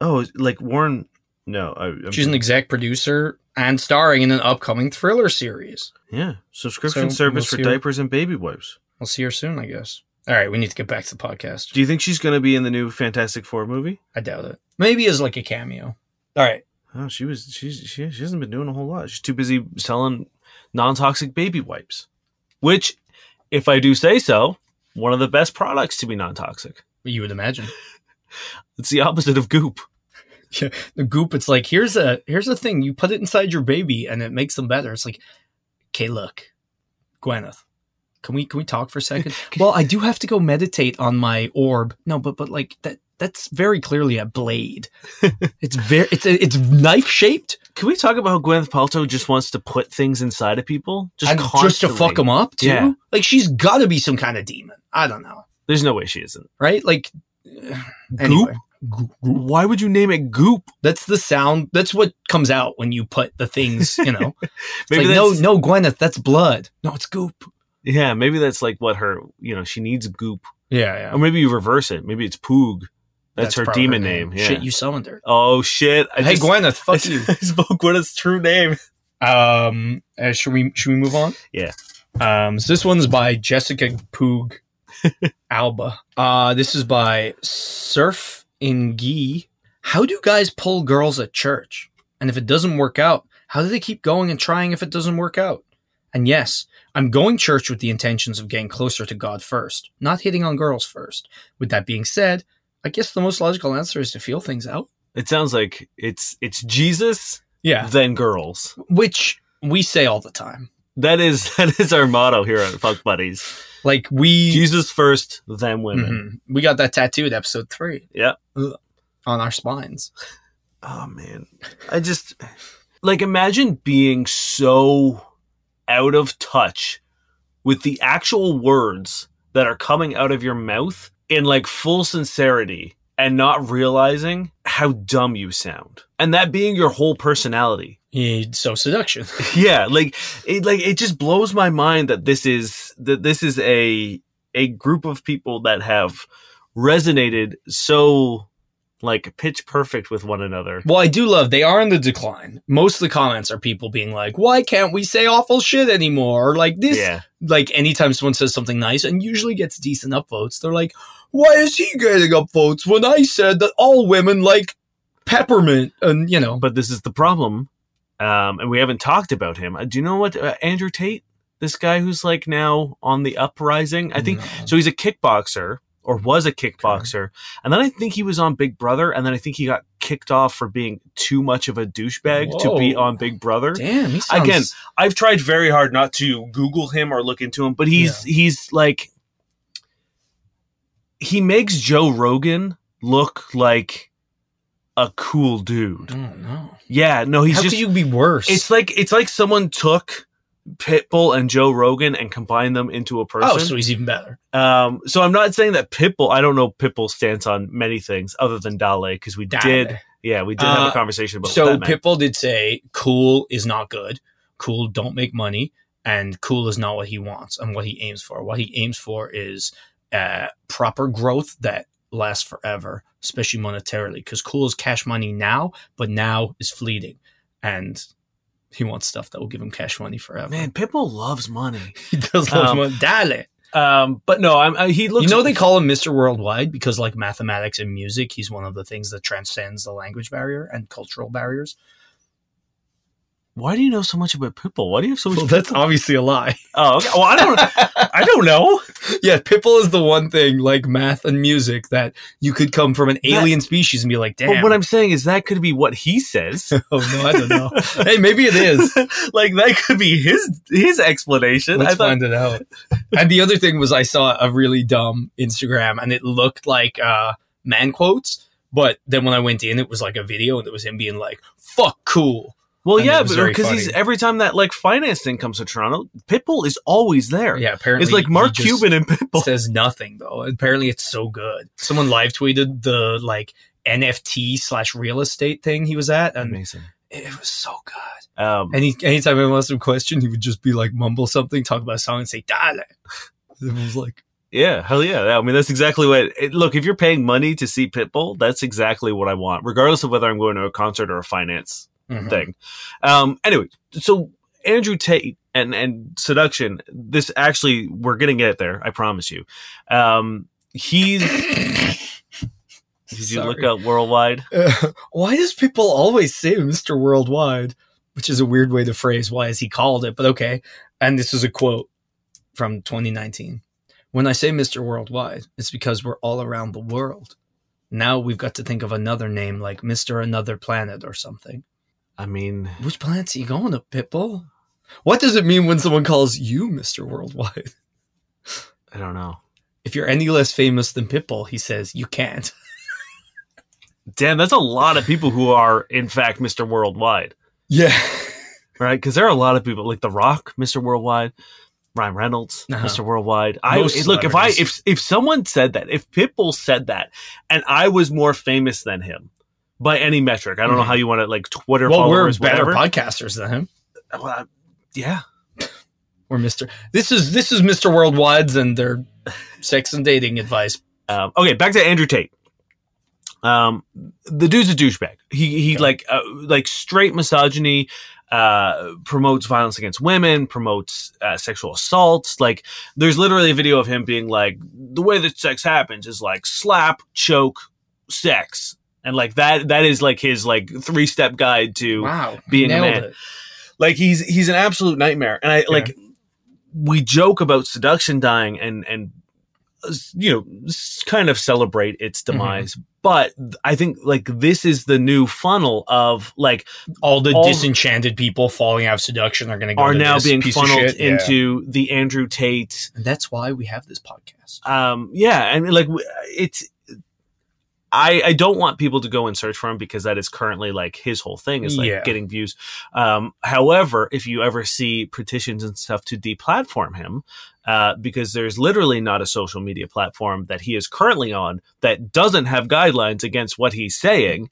oh, like Warren. No, I, I'm
She's an exec producer and starring in an upcoming thriller series.
Yeah, subscription
So,
service
we'll
for
see her-
diapers and baby wipes.
We'll see her soon, I guess. All right, we need to get back to the podcast.
Do you think she's going to be in the new Fantastic Four movie?
I doubt it. Maybe as like a cameo. All right.
Oh, she was. She's, she she hasn't been doing a whole lot. She's too busy selling non-toxic baby wipes, which, if I do say so, one of the best products to be non-toxic.
You would imagine.
It's the opposite of Goop.
The goop, it's like here's a here's a thing. You put it inside your baby and it makes them better. It's like, okay, look, Gwyneth, can we can we talk for a second? well, I do have to go meditate on my orb. No, but but like that that's very clearly a blade. it's very it's it's knife shaped
Can we talk about how Gwyneth Paltrow just wants to put things inside of people, just
and just to
constantly?
fuck them up too.
Yeah.
Like she's got to be some kind of demon. I don't know,
There's no way she isn't.
right? Like anyway. Goop.
Why would you name it Goop?
That's the sound. That's what comes out when you put the things. You know, It's
Maybe
like, no,
that's,
no, Gwyneth, that's blood. No, it's goop.
Yeah, maybe that's like what her. You know, she needs Goop,
Yeah,
or maybe you reverse it. Maybe it's Poog. That's, her
probably
demon name. Yeah.
Shit, you summoned her.
oh shit! I
hey,
just-
Gwyneth, fuck
I
you.
spoke what his true name.
Um, uh, should we should we move on?
Yeah.
Um, so this one's by Jessica Poog Alba. Uh, this is by Surf in Gee. How do guys pull girls at church? And if it doesn't work out, how do they keep going and trying if it doesn't work out? And yes, I'm going church with the intentions of getting closer to God first, not hitting on girls first. With that being said, I guess the most logical answer is to feel things out.
It sounds like it's it's Jesus,
Yeah.
then girls.
Which we say all the time.
That is that is our motto here at Fuck Buddies.
Like we
Jesus first, then women.
Mhm. We got that tattooed episode three.
Yeah.
Ugh. On our spines.
Oh man, I just like imagine being so out of touch with the actual words that are coming out of your mouth in like full sincerity and not realizing how dumb you sound. And that being your whole personality.
Yeah, so seduction.
yeah like it like it just blows my mind that this is that this is a a group of people that have resonated so like pitch perfect with one another
well, I do love they are in the decline. Most of the comments are people being like, Why can't we say awful shit anymore? Or like this
yeah
like anytime someone says something nice and usually gets decent upvotes, they're like, Why is he getting upvotes when I said that all women like peppermint and you know
but this is the problem um and we haven't talked about him Uh, do you know what uh, andrew tate this guy who's like now on the uprising i think
No.
so he's a kickboxer or was a kickboxer and then i think he was on big brother and then i think he got kicked off for being too much of a douchebag to be
Whoa.
on big brother
Damn, he sounds
Again, I've tried very hard not to Google him or look into him, but he's he's like he makes Joe Rogan look like a cool dude.
I don't know.
Yeah, no, he's
How
just
could you be worse?
it's like it's like someone took Pitbull and Joe Rogan and combined them into a person.
oh, so he's even better.
um, so I'm not saying that Pitbull. I don't know Pitbull's stance on many things other than Dale because we
Dale.
did, yeah, we did have
Uh,
a conversation about
so
what that. meant.
Pitbull did say cool is not good. Cool don't make money, and cool is not what he wants and what he aims for. What he aims for is uh, proper growth that lasts forever, especially monetarily, because cool is cash money now, but now is fleeting, and he wants stuff that will give him cash money forever.
Man, Pitbull loves money.
he does love
um,
money. Dale.
Um, but no, I'm, I, he looks.
You know they call him Mr. Worldwide because, like mathematics and music, he's one of the things that transcends the language barrier and cultural barriers.
Why do you know so much about Pitbull? Why do you have so much?
Well, that's obviously a lie.
oh, okay. well, I don't. I don't know.
Yeah, Pitbull is the one thing like math and music that you could come from an alien species and be like, damn.
But what I'm saying is that could be what he says.
oh no, I don't know. hey, maybe it is.
like that could be his his explanation.
Let's
I thought,
find it out. And the other thing was I saw a really dumb Instagram and it looked like uh, man quotes, but then when I went in, it was like a video and it was him being like, fuck cool.
well,
and it
yeah,
was very
because he's
funny.
every time that like finance thing comes to Toronto, Pitbull is always there.
Yeah, apparently
it's like
he
Mark
just
Cuban and Pitbull.
says nothing though. Apparently it's so good. Someone live tweeted the like NFT slash real estate thing he was at and
Amazing.
it was so good.
Um,
Any anytime anyone asked him a question, he would just be like mumble something, talk about a song, and say "Dale." It was like
yeah, hell yeah. I mean, that's exactly what. It, look, if you're paying money to see Pitbull, that's exactly what I want, regardless of whether I'm going to a concert or a finance
Mhm.
thing. Um, anyway, so Andrew Tate and and seduction. This actually, we're gonna get there. I promise you. Um, he's did you look
Sorry.
up worldwide?
Uh, why does people always say Mr. Worldwide? Which is a weird way to phrase why is he called it, but okay. And this is a quote from 2019. When I say Mr. Worldwide, it's because we're all around the world. Now we've got to think of another name like Mr. Another Planet or something.
I mean,
Which planet's he going to, Pitbull? What does it mean when someone calls you Mr. Worldwide?
I don't know.
If you're any less famous than Pitbull, he says, you can't.
Damn, that's a lot of people who are in fact Mr. Worldwide,
Yeah.
right? Because there are a lot of people like The Rock, Mr. Worldwide. Ryan Reynolds,
Uh-huh.
Mr. Worldwide. I
Most
look if I
celebrities.
if if someone said that, if Pitbull said that, and I was more famous than him by any metric, I don't know
Mhm.
how you want to like Twitter
Well, we're
followers,
better
whatever.
podcasters than him.
Well, I- yeah,
or Mr. This is this is Mr. Worldwide's and their sex and dating advice.
Um, okay, back to Andrew Tate. Um, the dude's a douchebag. He he
Okay.
like uh, like straight misogyny. Uh, promotes violence against women. Promotes uh, sexual assaults. Like there's literally a video of him being like, the way that sex happens is like slap, choke, sex, and like that. That is like his like three step guide to
Wow,
being a
nailed
man.
it.
like he's he's an absolute nightmare and i like we joke about seduction dying and and uh, you know s- kind of celebrate its
Mm-hmm.
demise but i think like this is the new funnel of like
All the
All-
disenchanted people falling out of seduction are going to go
are
to
now
this
being
piece of
funneled
shit. Yeah.
into the andrew tate
And that's why we have this podcast.
um yeah and like w- it's I, I don't want people to go and search for him because that is currently like his whole thing is like
Yeah.
getting views. Um, however, if you ever see petitions and stuff to deplatform him, uh, because there's literally not a social media platform that he is currently on that doesn't have guidelines against what he's saying.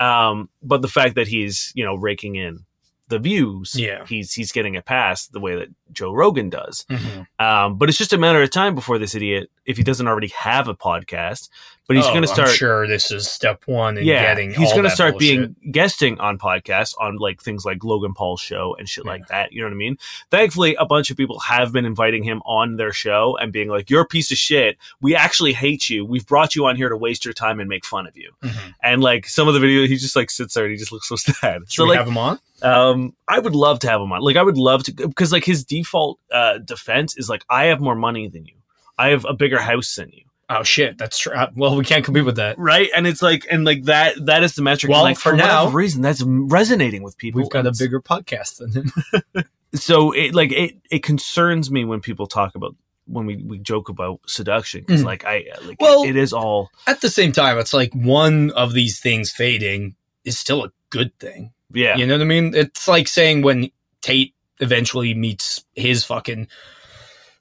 Um, but the fact that he's you know raking in the views,
Yeah.
he's he's getting it past the way that Joe Rogan does.
Mm-hmm.
Um, but it's just a matter of time before this idiot, if he doesn't already have a podcast, but he's
Oh,
going to
I'm
start.
sure, this is step one in
yeah,
getting.
he's
going
gonna
to
start being guesting on podcasts on like things like Logan Paul's show and shit like that. You know what I mean? Thankfully, a bunch of people have been inviting him on their show and being like, "You're a piece of shit. We actually hate you. We've brought you on here to waste your time and make fun of you."
Mhm.
And like some of the video, he just like sits there and he just looks so sad.
Should
so
we
like,
have him on?
um, I would love to have him on. Like, I would love to because like his default uh, defense is like, I have more money than you. I have a bigger house than you,
Oh shit, that's true. Uh, Well, we can't compete with that.
right? And it's like, and like that that is the metric.
Well,
And, like
for now-
whatever reason that's resonating with people.
We've got a
And
bigger podcast than him.
so it like it it concerns me when people talk about when we we joke about seduction because
Mm.
like I like
Well-
it is all
At the same time, it's like one of these things fading is still a good thing.
yeah.
You know what I mean? It's like saying when Tate eventually meets his fucking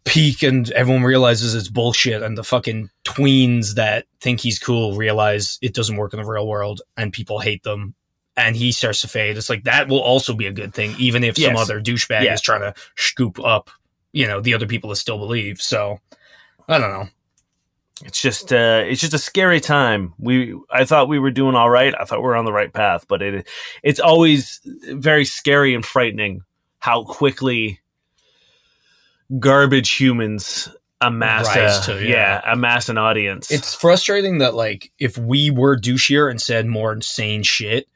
peak and everyone realizes it's bullshit and the fucking tweens that think he's cool realize it doesn't work in the real world and people hate them and he starts to fade. It's like that will also be a good thing, even if some
Yes.
other douchebag
Yeah.
is trying to scoop up, you know, the other people that still believe. So I don't know.
It's just uh it's just a scary time. We I thought we were doing all right. I thought we were on the right path, but it it's always very scary and frightening how quickly garbage humans amass
Rise
a,
to,
yeah.
yeah.
amass an audience.
It's frustrating that like if we were douchier and said more insane shit,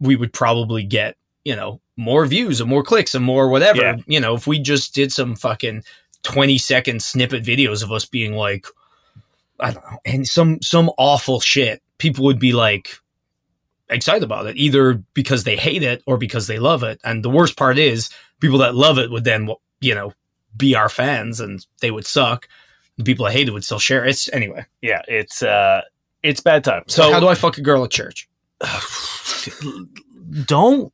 we would probably get, you know, more views and more clicks and more whatever.
Yeah.
You know, if we just did some fucking 20 second snippet videos of us being like I don't know, and some some awful shit, people would be like excited about it either because they hate it or because they love it. And the worst part is people that love it would then, you know, be our fans and they would suck. The people that hate it would still share. it. It's anyway.
yeah, it's uh it's bad time.
So
So
how do I fuck a girl at church?
don't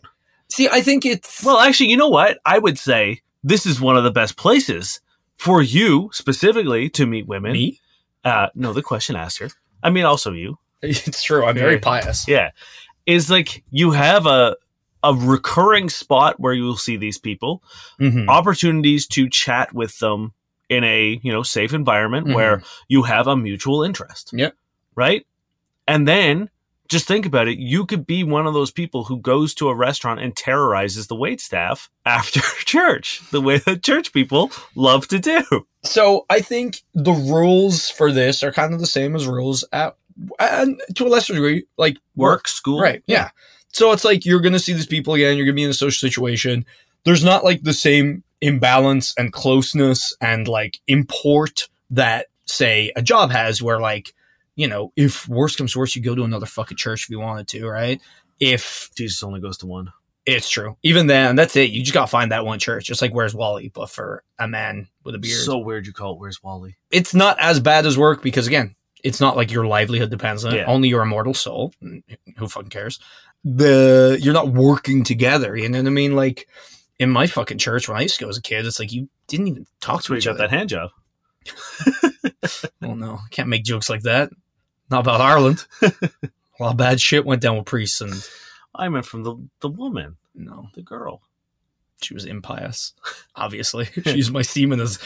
See, I think it's
Well, actually, you know what? I would say this is one of the best places for you specifically to meet women.
me.
Uh, no, the question asker. I mean, also you
It's true. I'm very
Yeah.
pious.
Yeah. is like you have a a recurring spot where you will see these people,
Mhm.
opportunities to chat with them in a you know safe environment
Mhm.
where you have a mutual interest.
Yep.
Right, and then just think about it. You could be one of those people who goes to a restaurant and terrorizes the wait staff after church, the way that church people love to do.
So I think the rules for this are kind of the same as rules at, and to a lesser degree, like
Work, school.
Right. Yeah. So it's like you're going to see these people again. You're going to be in a social situation. There's not like the same imbalance and closeness and like import that, say, a job has where, like, you know, if worse comes to worse, you go to another fucking church if you wanted to, right? If
Jesus only goes to one.
it's true, even then, that's it. You just got to find that one church. It's like, where's Wally? But for a man with a beard
So weird you call it Where's Wally?
it's not as bad as work because again, it's not like your livelihood depends on it.
Yeah.
Only your immortal soul. Mm, Who fucking cares? The you're not working together. You know what I mean? Like in my fucking church when I used to go as a kid, it's like you didn't even talk
That's
to
where you
each
got
other.
that hand job.
Well, no, can't make jokes like that. Not about Ireland. A lot of bad shit went down with priests, and
I meant from the, the woman,
no,
the girl.
she was impious. Obviously, she used my semen as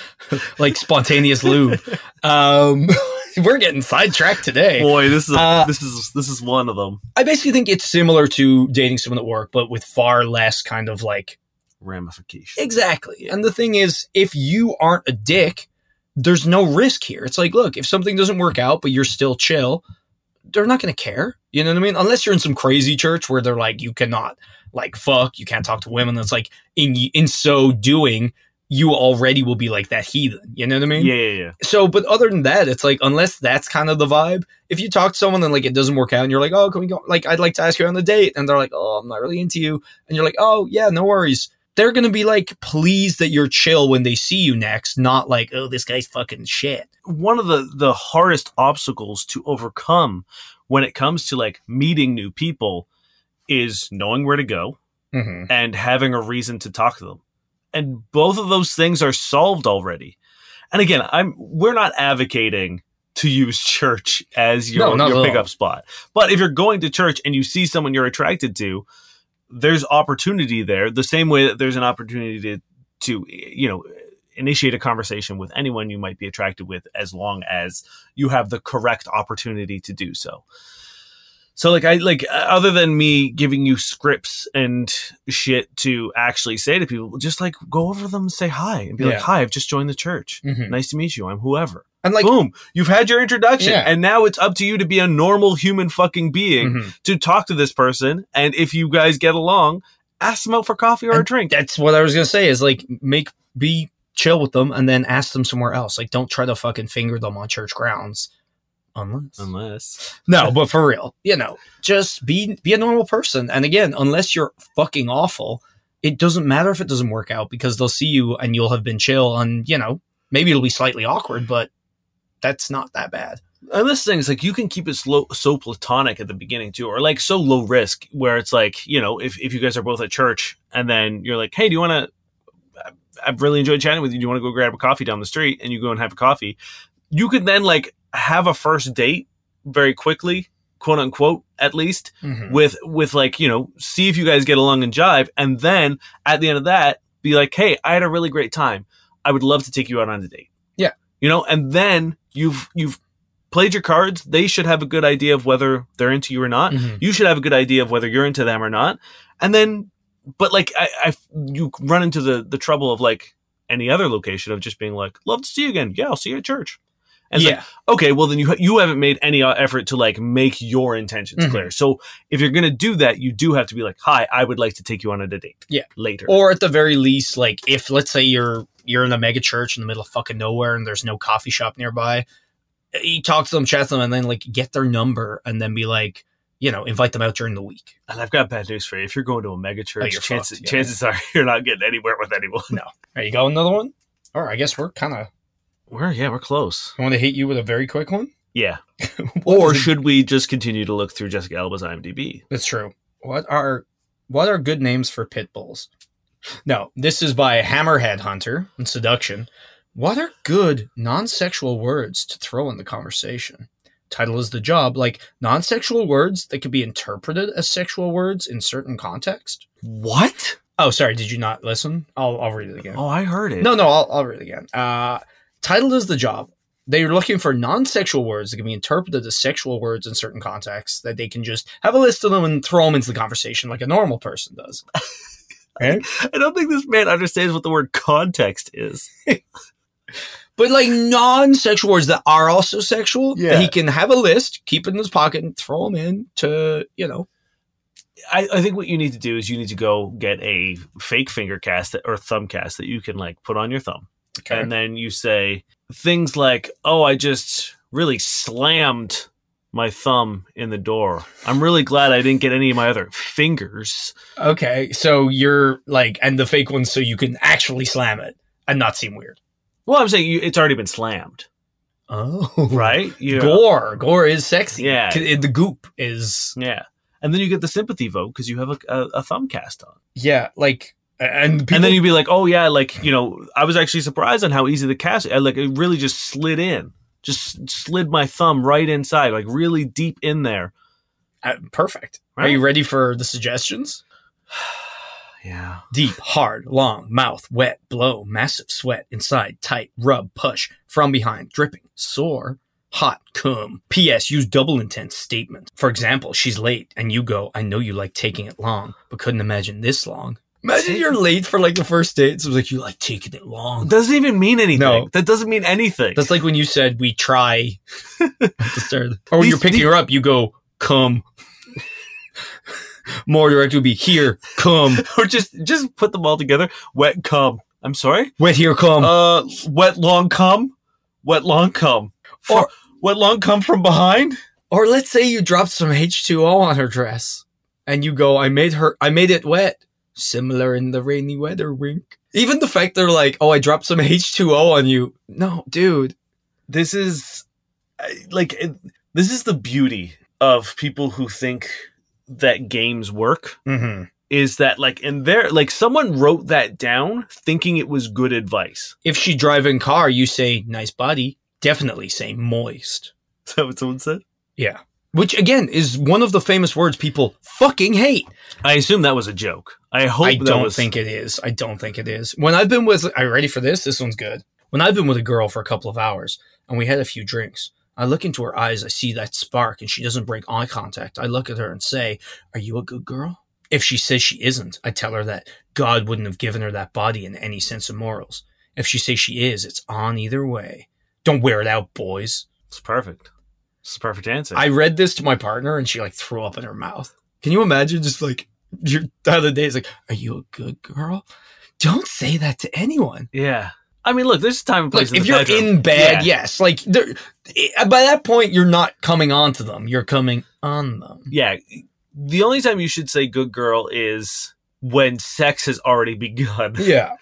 like spontaneous lube. Um, we're getting sidetracked today.
Boy, this is a,
Uh,
this is this is one of them.
I basically think it's similar to dating someone at work, but with far less kind of like
Ramification.
exactly. And the thing is, if you aren't a dick, there's no risk here. It's like, look, if something doesn't work out, but you're still chill, they're not going to care. You know what I mean? Unless you're in some crazy church where they're like, you cannot like fuck, you can't talk to women. That's like in in so doing, you already will be like that heathen. You know what I mean?
Yeah, yeah, yeah.
so but other than that it's like unless that's kind of the vibe if you talk to someone and like it doesn't work out and you're like oh can we go like i'd like to ask you on a date and they're like oh i'm not really into you and you're like oh yeah no worries they're gonna be like pleased that you're chill when they see you next not like oh this guy's fucking shit
one of the the hardest obstacles to overcome when it comes to like meeting new people is knowing where to go
mm-hmm.
and having a reason to talk to them and both of those things are solved already and again i'm we're not advocating to use church as
No,
your,
not at all.
your pickup spot but if you're going to church and you see someone you're attracted to there's opportunity there the same way that there's an opportunity to to you know initiate a conversation with anyone you might be attracted with as long as you have the correct opportunity to do so so like i like uh, other than me giving you scripts and shit to actually say to people just like go over to them and say hi and be
Yeah.
like hi i've just joined the church
Mm-hmm.
nice to meet you i'm whoever
and like
boom you've had your introduction
Yeah.
and now it's up to you to be a normal human fucking being
mhm.
to talk to this person and if you guys get along ask them out for coffee or a
And
drink
that's what i was gonna say is like make be chill with them and then ask them somewhere else like don't try to fucking finger them on church grounds unless
unless
No, but for real, you know, just be be a normal person. And again, unless you're fucking awful, it doesn't matter if it doesn't work out because they'll see you and you'll have been chill and you know maybe it'll be slightly awkward, but that's not that bad.
and this thing is like you can keep it slow, so platonic at the beginning too, or like so low risk where it's like you know if if you guys are both at church and then you're like, hey, do you want to? I've really enjoyed chatting with you. Do you want to go grab a coffee down the street? And you go and have a coffee. You could then like have a first date very quickly, quote unquote, at least
Mm-hmm.
with with like you know see if you guys get along and jive, and then at the end of that be like, hey, I had a really great time. I would love to take you out on a date.
Yeah.
you know, and then you've you've played your cards. They should have a good idea of whether they're into you or not.
Mhm.
You should have a good idea of whether you're into them or not. And then, but like I, I you run into the the trouble of like any other location of just being like, love to see you again. Yeah, I'll see you at church. And it's like,
yeah,
okay, well then you you haven't made any uh, effort to like make your intentions
Mhm.
clear. So if you're gonna do that, you do have to be like, "Hi, I would like to take you on a date."
Yeah.
later.
or at the very least, like if let's say you're you're in a mega church in the middle of fucking nowhere and there's no coffee shop nearby, you talk to them, chat to them, and then like get their number and then be like, you know, invite them out during the week.
and I've got bad news for you. If you're going to a mega
Oh,
church,
you're
chances,
fucked, yeah.
chances are you're not getting anywhere with anyone.
There you go, another one. Or I guess we're kind of
We're yeah, we're close.
I want to hit you with a very quick one.
Yeah.
What
Or
is it-
should we just continue to look through Jessica Alba's IMDb?
that's true. What are what are good names for pit bulls? No, this is by Hammerhead Hunter and Seduction. What are good non-sexual words to throw in the conversation? Title is the job, like non-sexual words that can be interpreted as sexual words in certain context.
What?
Oh, sorry, did you not listen? I'll I'll read it again.
Oh, I heard it.
No, no, I'll, I'll read it again. Uh, title is the job. They're looking for non-sexual words that can be interpreted as sexual words in certain contexts that they can just have a list of them and throw them into the conversation like a normal person does. right?
I don't think this man understands what the word context is.
But like non-sexual words that are also sexual,
Yeah.
that he can have a list, keep it in his pocket, and throw them in to you know.
I, I think what you need to do is you need to go get a fake finger cast that, or thumb cast that you can like put on your thumb. And then you say things like, oh, I just really slammed my thumb in the door. I'm really glad I didn't get any of my other fingers.
Okay, so you're like, and the fake ones, so you can actually slam it and not seem weird.
Well, I'm saying you, it's already been slammed,
Oh,
right? You
Gore, gore is sexy.
Yeah.
C- the goop is
Yeah. And then you get the sympathy vote because you have a, a, a thumb cast on.
yeah, like and people,
and then you'd be like, oh, yeah, like, you know, I was actually surprised on how easy the cast, I, like, it really just slid in, just slid my thumb right inside, like, really deep in there.
uh, perfect. Are
Right.
you ready for the suggestions?
Yeah.
Deep, hard, long, mouth, wet, blow, massive sweat, inside, tight, rub, push, from behind, dripping, sore, hot, cum. P.S. Use double intent statement. For example, she's late, and you go, I know you like taking it long, but couldn't imagine this long. Imagine you're late for like the first date, so it's like, you like taking it long.
Doesn't even mean anything.
No.
That doesn't mean anything.
That's like when you said we try at the start. Or when
These-
you're picking
these-
her up, you go, come. More direct would be here, come.
or just just put them all together. Wet cum. I'm sorry.
Wet here, come.
Uh, wet long cum. Wet long cum. Fro-
Or-
wet long cum from behind.
Or let's say you dropped some H2O on her dress and you go, I made her, I made it wet. Similar in the rainy weather wink. Even the fact they're like, oh, I dropped some H2O on you. No, dude.
This is I- like it- this is the beauty of people who think that games work
Mm-hmm.
is that like in there like someone wrote that down thinking it was good advice.
If she driving car, you say, nice body. Definitely say moist.
Is that what someone said?
Yeah. Which again is one of the famous words people fucking hate.
I assume that was a joke. I hope
I
that
don't
was-
think it is. I don't think it is. When I've been with, are you ready for this? This one's good. When I've been with a girl for a couple of hours and we had a few drinks, I look into her eyes. I see that spark and she doesn't break eye contact. I look at her and say, Are you a good girl? If she says she isn't, I tell her that God wouldn't have given her that body in any sense of morals. If she says she is, it's on either way. Don't wear it out, boys.
it's perfect. It's a perfect answer.
I read this to my partner and she like threw up in her mouth. Can you imagine just like your the other day is like, are you a good girl? Don't say that to anyone.
Yeah. I mean, look, there's time and place.
Like
in
if
the
you're
bedroom.
in bed, yes. Like there, eh, by that point, you're not coming on to them. You're coming on them.
yeah. yeah. The only time you should say good girl is when sex has already begun.
Yeah.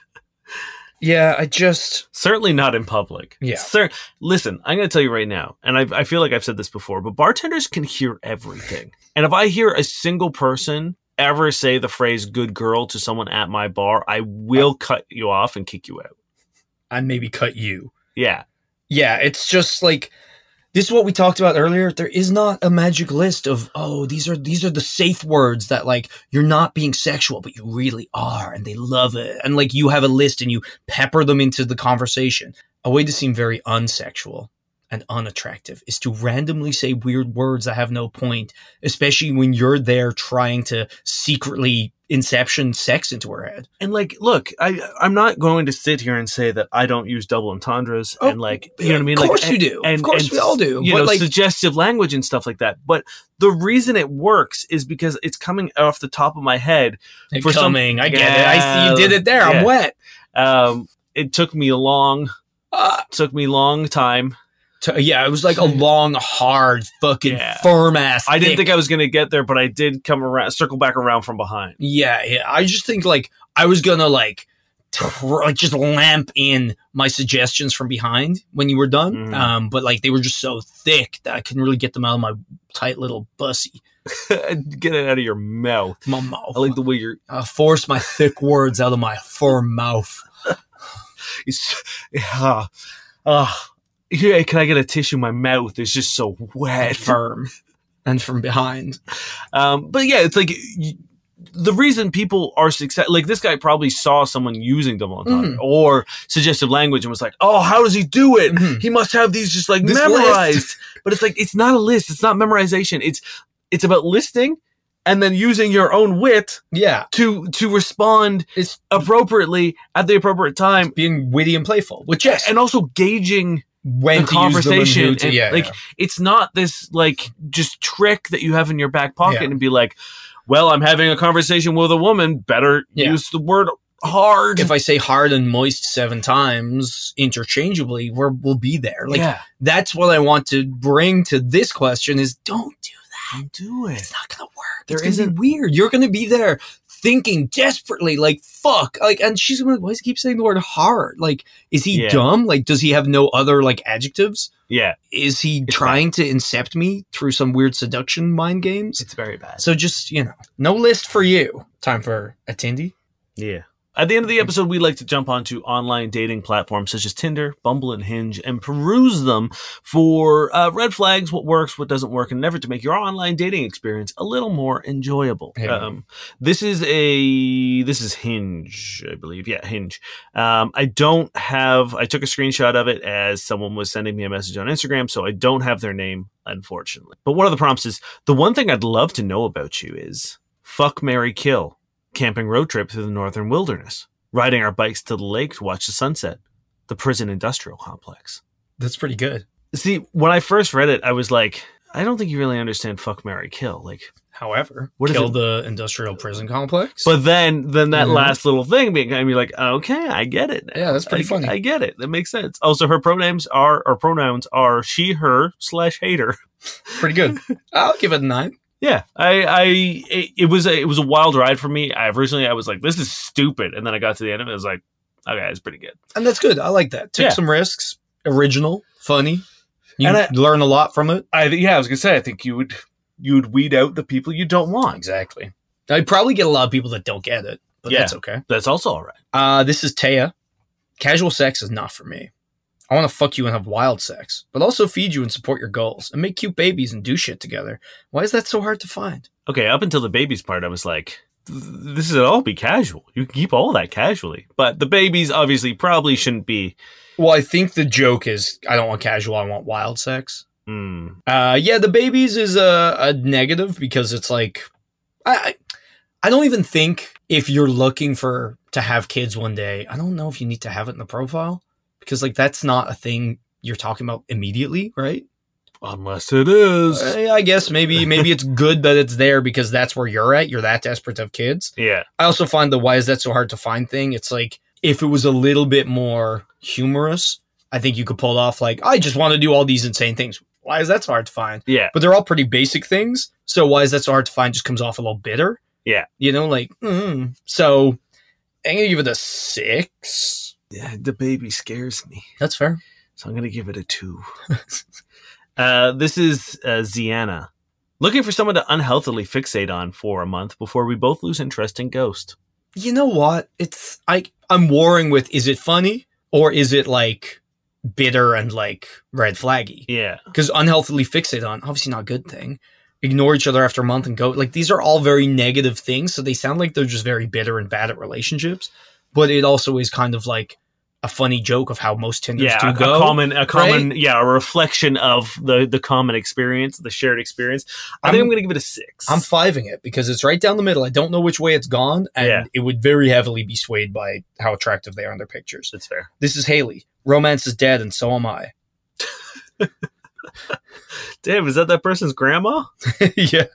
Yeah. I just
Certainly not in public.
Yeah.
Sir, listen, I'm going to tell you right now, and I, I feel like I've said this before, but bartenders can hear everything. And if I hear a single person ever say the phrase good girl to someone at my bar, I will cut you off and kick you out.
I maybe cut you.
Yeah.
Yeah. It's just like. This is what we talked about earlier. There is not a magic list of oh these are these are the safe words that like you're not being sexual but you really are and they love it and like you have a list and you pepper them into the conversation. A way to seem very unsexual and unattractive is to randomly say weird words that have no point, especially when you're there trying to secretly inception sex into her head.
And like, look, I I'm not going to sit here and say that I don't use double entendres and like, you know what I mean?
Oh, Of
Like,
course
and-
you do. of course we all do.
You
but
know,
like
suggestive language and stuff like that. But the reason it works is because it's coming off the top of my head. for some-
coming, I get it. I see you
Yeah.
did it there.
Yeah.
I'm wet.
Um, it took me a long,
Ah.
took me a long time.
To, yeah, it was like a long, hard, fucking
Yeah.
firm ass.
I didn't think I was going to get there, but I did come around, circle back around from behind.
yeah, yeah, I just think like I was gonna like, tr- like just lamp in my suggestions from behind when you were done.
Mhm.
Um, but like they were just so thick that I couldn't really get them out of my tight little bussy.
get it out of your mouth.
My mouth.
I like the way you're.
I forced my thick words out of my firm mouth.
It's, ah, ah. Here, can I get a tissue? My mouth is just so wet.
firm. And from behind.
Um, but yeah, it's like y- the reason people are success like this guy probably saw someone using double-entendre
Mhm.
or suggestive language and was like, "Oh, how does he do it?
Mhm.
He must have these just like
This
memorized."
list.
But it's like it's not a list. It's not memorization. It's it's about listing and then using your own wit
Yeah,
to to respond
it's
appropriately at the appropriate time
being witty and playful, which yes,
and also gauging
when
the
to use them and who
conversation
to-
and,
yeah,
like it's not this like just trick that you have in your back pocket
Yeah.
and be like well i'm having a conversation with a woman better
Yeah.
use the word hard
if I say hard and moist seven times interchangeably, we're, we'll be there. Like
yeah
that's what I want to bring to this question: is don't do.
don't do
It's
it
not gonna work.
There
There it's gonna
isn't-
be weird. You're gonna be there thinking desperately, like fuck, like, and she's gonna. be like, Why does he keep saying the word hard? Like, is he
Yeah.
dumb? Like, does he have no other like adjectives?
yeah
Is he trying to incept me through some weird seduction mind games?
it's very bad
So just you know, no list for you. Time for attendee.
yeah at the end of the episode, we like to jump onto online dating platforms such as Tinder, Bumble, and Hinge and peruse them for uh, red flags, what works, what doesn't work, and never to make your online dating experience a little more enjoyable.
Yeah.
Um, this is a this is Hinge, I believe. Yeah, Hinge. Um, I don't have. I took a screenshot of it as someone was sending me a message on Instagram, so I don't have their name, unfortunately. But one of the prompts is the one thing I'd love to know about you is fuck Mary Kill, camping road trip through the northern wilderness, riding our bikes to the lake to watch the sunset, the prison industrial complex.
That's pretty good.
See, when I first read it, I was like, I don't think you really understand fuck Mary Kill. Like,
However,
What is
kill
it?
the industrial prison complex.
but then then that
Mhm.
last little thing being I mean like, okay, I get it. now.
yeah, that's pretty
I,
funny.
I get it. That makes sense. Also, her pronouns are or pronouns are she, her slash hater.
pretty good. I'll give it a nine.
Yeah, I, I, it, it was a, it was a wild ride for me. I originally I was like, this is stupid, and then I got to the end of it, I was like, okay, it's pretty good.
and that's good. I like that. Took
Yeah.
some risks, original, funny. You
And I-
learn a lot from it.
I, yeah, I was gonna say, I think you would, you would weed out the people you don't want.
Exactly. I probably get a lot of people that don't get it, but
Yeah.
that's okay.
That's also all right.
Uh, this is Taya. Casual sex is not for me. I want to fuck you and have wild sex, but also feed you and support your goals and make cute babies and do shit together. Why is that so hard to find?
Okay, up until the babies part, I was like, th- this is all be casual. You can keep all that casually, but the babies obviously probably shouldn't be.
Well, I think the joke is I don't want casual, I want wild sex.
Mm,
Uh, yeah, the babies is a, a negative because it's like, I, I I don't even think if you're looking for to have kids one day, I don't know if you need to have it in the profile because like that's not a thing you're talking about immediately, right?
unless it is.
Uh, I guess maybe maybe it's good that it's there because that's where you're at. You're that desperate to have kids.
yeah.
I also find the why is that so hard to find thing. It's like if it was a little bit more humorous, I think you could pull off like I just want to do all these insane things. Why is that so hard to find?
Yeah.
but they're all pretty basic things. So why is that so hard to find? Just comes off a little bitter.
Yeah.
you know, like mm. so. I'm gonna give it a six.
Yeah, the baby scares me.
That's fair.
So I'm going to give it a two. uh, this is uh, Ziana. Looking for someone to unhealthily fixate on for a month before we both lose interest in Ghost.
You know what? It's I I'm warring with is it funny or is it like bitter and like red flaggy?
Yeah.
because unhealthily fixated on obviously not a good thing ignore each other after a month and go like these are all very negative things so they sound like they're just very bitter and bad at relationships but it also is kind of like a funny joke of how most tenders
Yeah.
do
A, a
go
common, a common, yeah, a reflection of the, the common experience, the shared experience. I think
I'm-
I'm going to give it a six.
i'm fiving it because it's right down the middle i don't know which way it's gone and
Yeah.
it would very heavily be swayed by how attractive they are in their pictures
That's fair.
this is haley romance is dead and so am i
Damn, is that that person's grandma?
yeah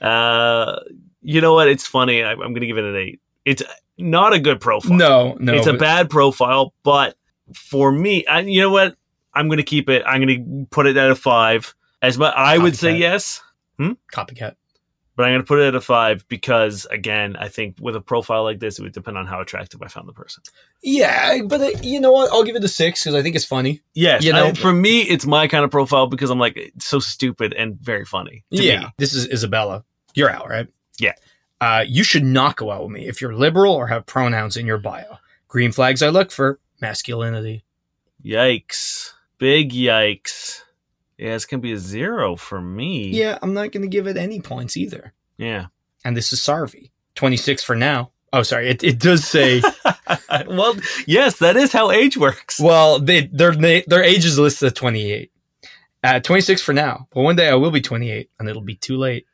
Uh, you know what? It's funny. I, I'm going to give it an eight. It's not a good profile.
no no
it's a
but-
bad profile, but for me, I, you know what? I'm going to keep it. I'm going to put it at a five. As much, I would say
Copycat.
yes,
copycat
but I'm going to put it at a five because, again, I think with a profile like this, it would depend on how attractive I found the person.
yeah but uh, you know what i'll give it a six because i think it's funny
Yes,
You know-
I- for me, it's my kind of profile because I'm like it's so stupid and very funny. to
yeah.
me.
This is Isabella. You're out, right?
Yeah.
Uh, you should not go out with me if you're liberal or have pronouns in your bio. Green flags I look for masculinity.
yikes, big yikes. Yeah, it's going to be a zero for me.
Yeah, I'm not going to give it any points either.
yeah.
and this is Sarvi. 26 for now. Oh, sorry. It, it does say,
well, yes, that is how age works.
well, they, their, na- their age is listed at 28. Uh, 26 for now. But one day I will be 28 and it'll be too late.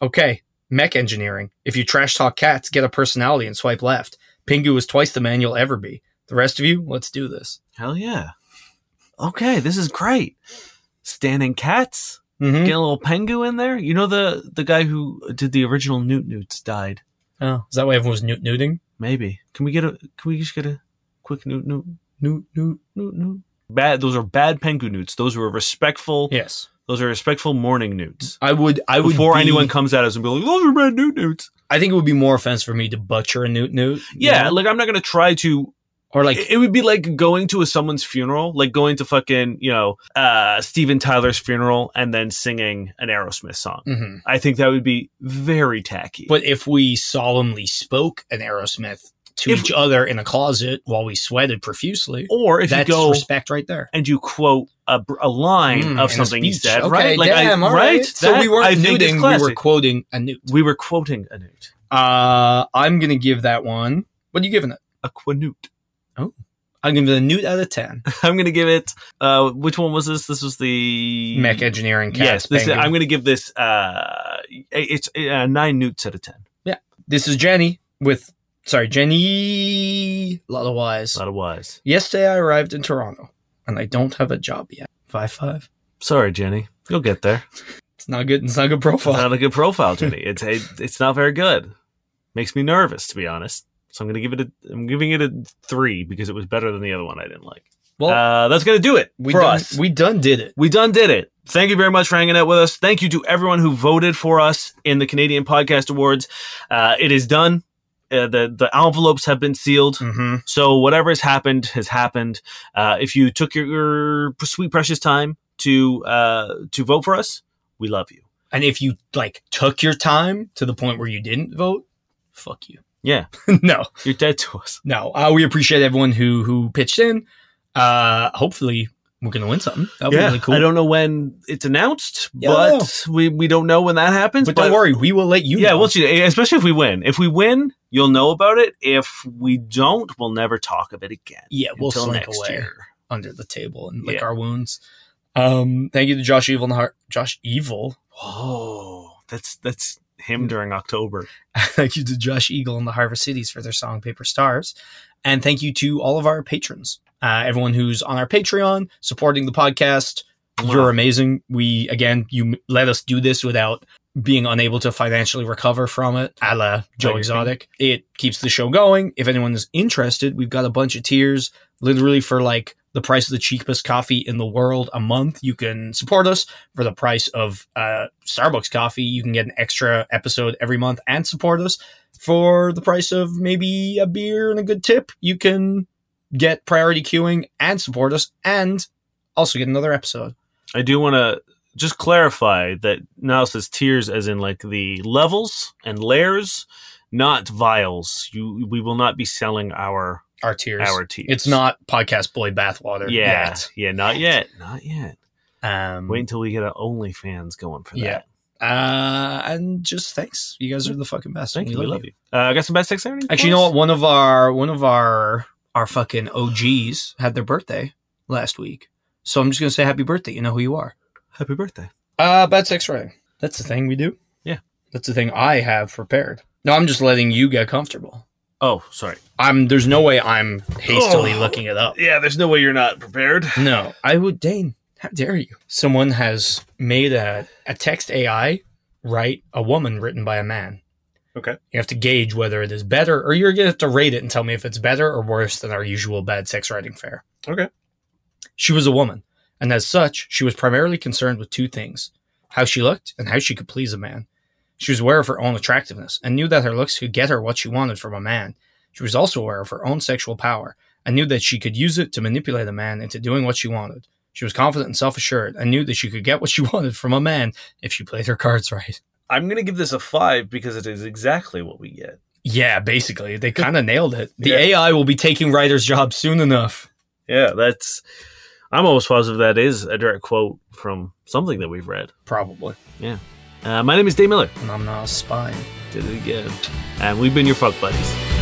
Okay. Mech engineering. If you trash talk cats, get a personality and swipe left. Pingu is twice the man you'll ever be. The rest of you, let's do this.
Hell yeah. Okay, this is great. Standing cats.
Mm-hmm.
Get a little pengu in there. You know the the guy who did the original Newt Newts died.
Oh, is that why everyone was newt newting?
Maybe. Can we get a? Can we just get a quick Newt Newt
Newt newt.
Newt Newt? Bad. Those are bad pengu newts. Those were respectful.
Yes,
Those are respectful morning newts.
I would. I would.
Before
be-
anyone comes at us and be like, "Those are bad Newt Newts."
I think it would be more offense for me to butcher a newt newt. you
Yeah,
know?
like I'm not gonna try to
or like
it it would be like going to a someone's funeral, like going to fucking, you know, uh Steven Tyler's funeral and then singing an Aerosmith song.
mhm.
I think that would be very tacky.
But if we solemnly spoke an Aerosmith to
If-
each other in a closet while we sweated profusely,
or if you
that's
go
respect right there.
and you quote a, br- a line
Mm, and a
of something he
speech.
said,
Okay,
right? Like
damn,
I,
all
right?
So
That,
we weren't
I think is
newting; we were
classic.
quoting a newt.
we were quoting a newt,
Uh, I'm gonna give that one. What are you giving it?
a quanoot.
I'm giving it a newt out of ten.
I'm going to give it uh which one was this? This was the
Mech engineering.
Mm. Yes,
Cats,
this is,
Penguin.
I'm going to give this uh it's uh, 9 newts out of 10.
This is Jenny with sorry, Jenny Lalawise.
Otherwise.
Yesterday I arrived in Toronto and I don't have a job yet. Five five.
Sorry, Jenny. You'll get there.
It's not good it's not a good
It's
profile.
not a good profile to me. It's it, it's not very good. Makes me nervous to be honest. So I'm gonna give it a I'm giving it a three because it was better than the other one I didn't like.
Well
uh, that's gonna do it
we
for
done,
us.
we
We,
done did it.
done did it. Thank you very much for hanging out with us. Thank you to everyone who voted for us in the Canadian Podcast Awards. Uh, it is done. Uh, the the envelopes have been sealed.
Mm-hmm.
So whatever has happened has happened. Uh, if you took your, your sweet precious time to uh, to vote for us, we love you.
And if you like took your time to the point where you didn't vote, fuck you.
Yeah,
no,
you're dead to us.
no. Uh, we appreciate everyone who who pitched in. Uh hopefully we're gonna win something. That'll be really cool.
I don't know when it's announced,
Yeah, I
but we, we don't know when that happens.
but don't worry, we will let you
yeah,
know.
we'll see. Eh, Especially if we win. If we win, you'll know about it. If we don't, we'll never talk of it again.
yeah, we'll
until
slink
next
away.
year.
under the table and lick
Yeah.
our wounds. Um, thank you to Josh Evil and Har- Josh Evil.
Whoa, that's that's
Mm.
him during October.
thank you to Josh Eagle and the Harvest Cities for their song Paper Stars, and thank you to all of our patrons. Uh, everyone who's on our Patreon supporting the podcast, you're amazing. We again, you m- let us do this without being unable to financially recover from it, a la Joe
Legacy.
Exotic. It keeps the show going. If anyone is interested, we've got a bunch of tiers, literally for like the price of the cheapest coffee in the world a month. You can support us for the price of uh, Starbucks coffee. You can get an extra episode every month and support us for the price of maybe a beer and a good tip. You can get priority queuing and support us and also get another episode.
I do want to just clarify that now it says tiers as in like the levels and layers, not vials. You we will not be selling our
Our tiers.
our tiers.
It's not podcast boy bathwater
Yeah,
yet.
yeah, not yet, not yet.
Um,
Wait until we get our OnlyFans going for that.
Yeah. Uh, and just thanks. You guys are the fucking best.
Thank you. We love you. Uh, I got some best sex irony.
Actually, you know what? One of our one of our our fucking OGs had their birthday last week. So I'm just gonna say happy birthday. You know who you are.
Happy birthday.
Uh, bad sex writing. That's the thing we do.
Yeah.
that's the thing I have prepared. No, I'm just letting you get comfortable.
Oh, sorry.
I'm. There's no way I'm hastily
Oh.
looking it up.
Yeah, there's no way you're not prepared.
No, I would, Dane. How dare you? Someone has made a, a text AI write a woman written by a man.
Okay.
You have to gauge whether it is better, or you're going to have to rate it and tell me if it's better or worse than our usual bad sex writing fare.
Okay.
She was a woman, and as such, she was primarily concerned with two things how she looked and how she could please a man. She was aware of her own attractiveness and knew that her looks could get her what she wanted from a man. She was also aware of her own sexual power and knew that she could use it to manipulate a man into doing what she wanted. She was confident and self assured and knew that she could get what she wanted from a man if she played her cards right.
I'm gonna give this a five because it is exactly what we get.
Yeah, basically, they kind of nailed it. The
Yeah.
AI will be taking writers' jobs soon enough.
Yeah, that's. I'm almost positive that is a direct quote from something that we've read.
Probably.
Uh, my name is Dave Miller.
And I'm not a spy.
Did it again. And we've been your fuck buddies.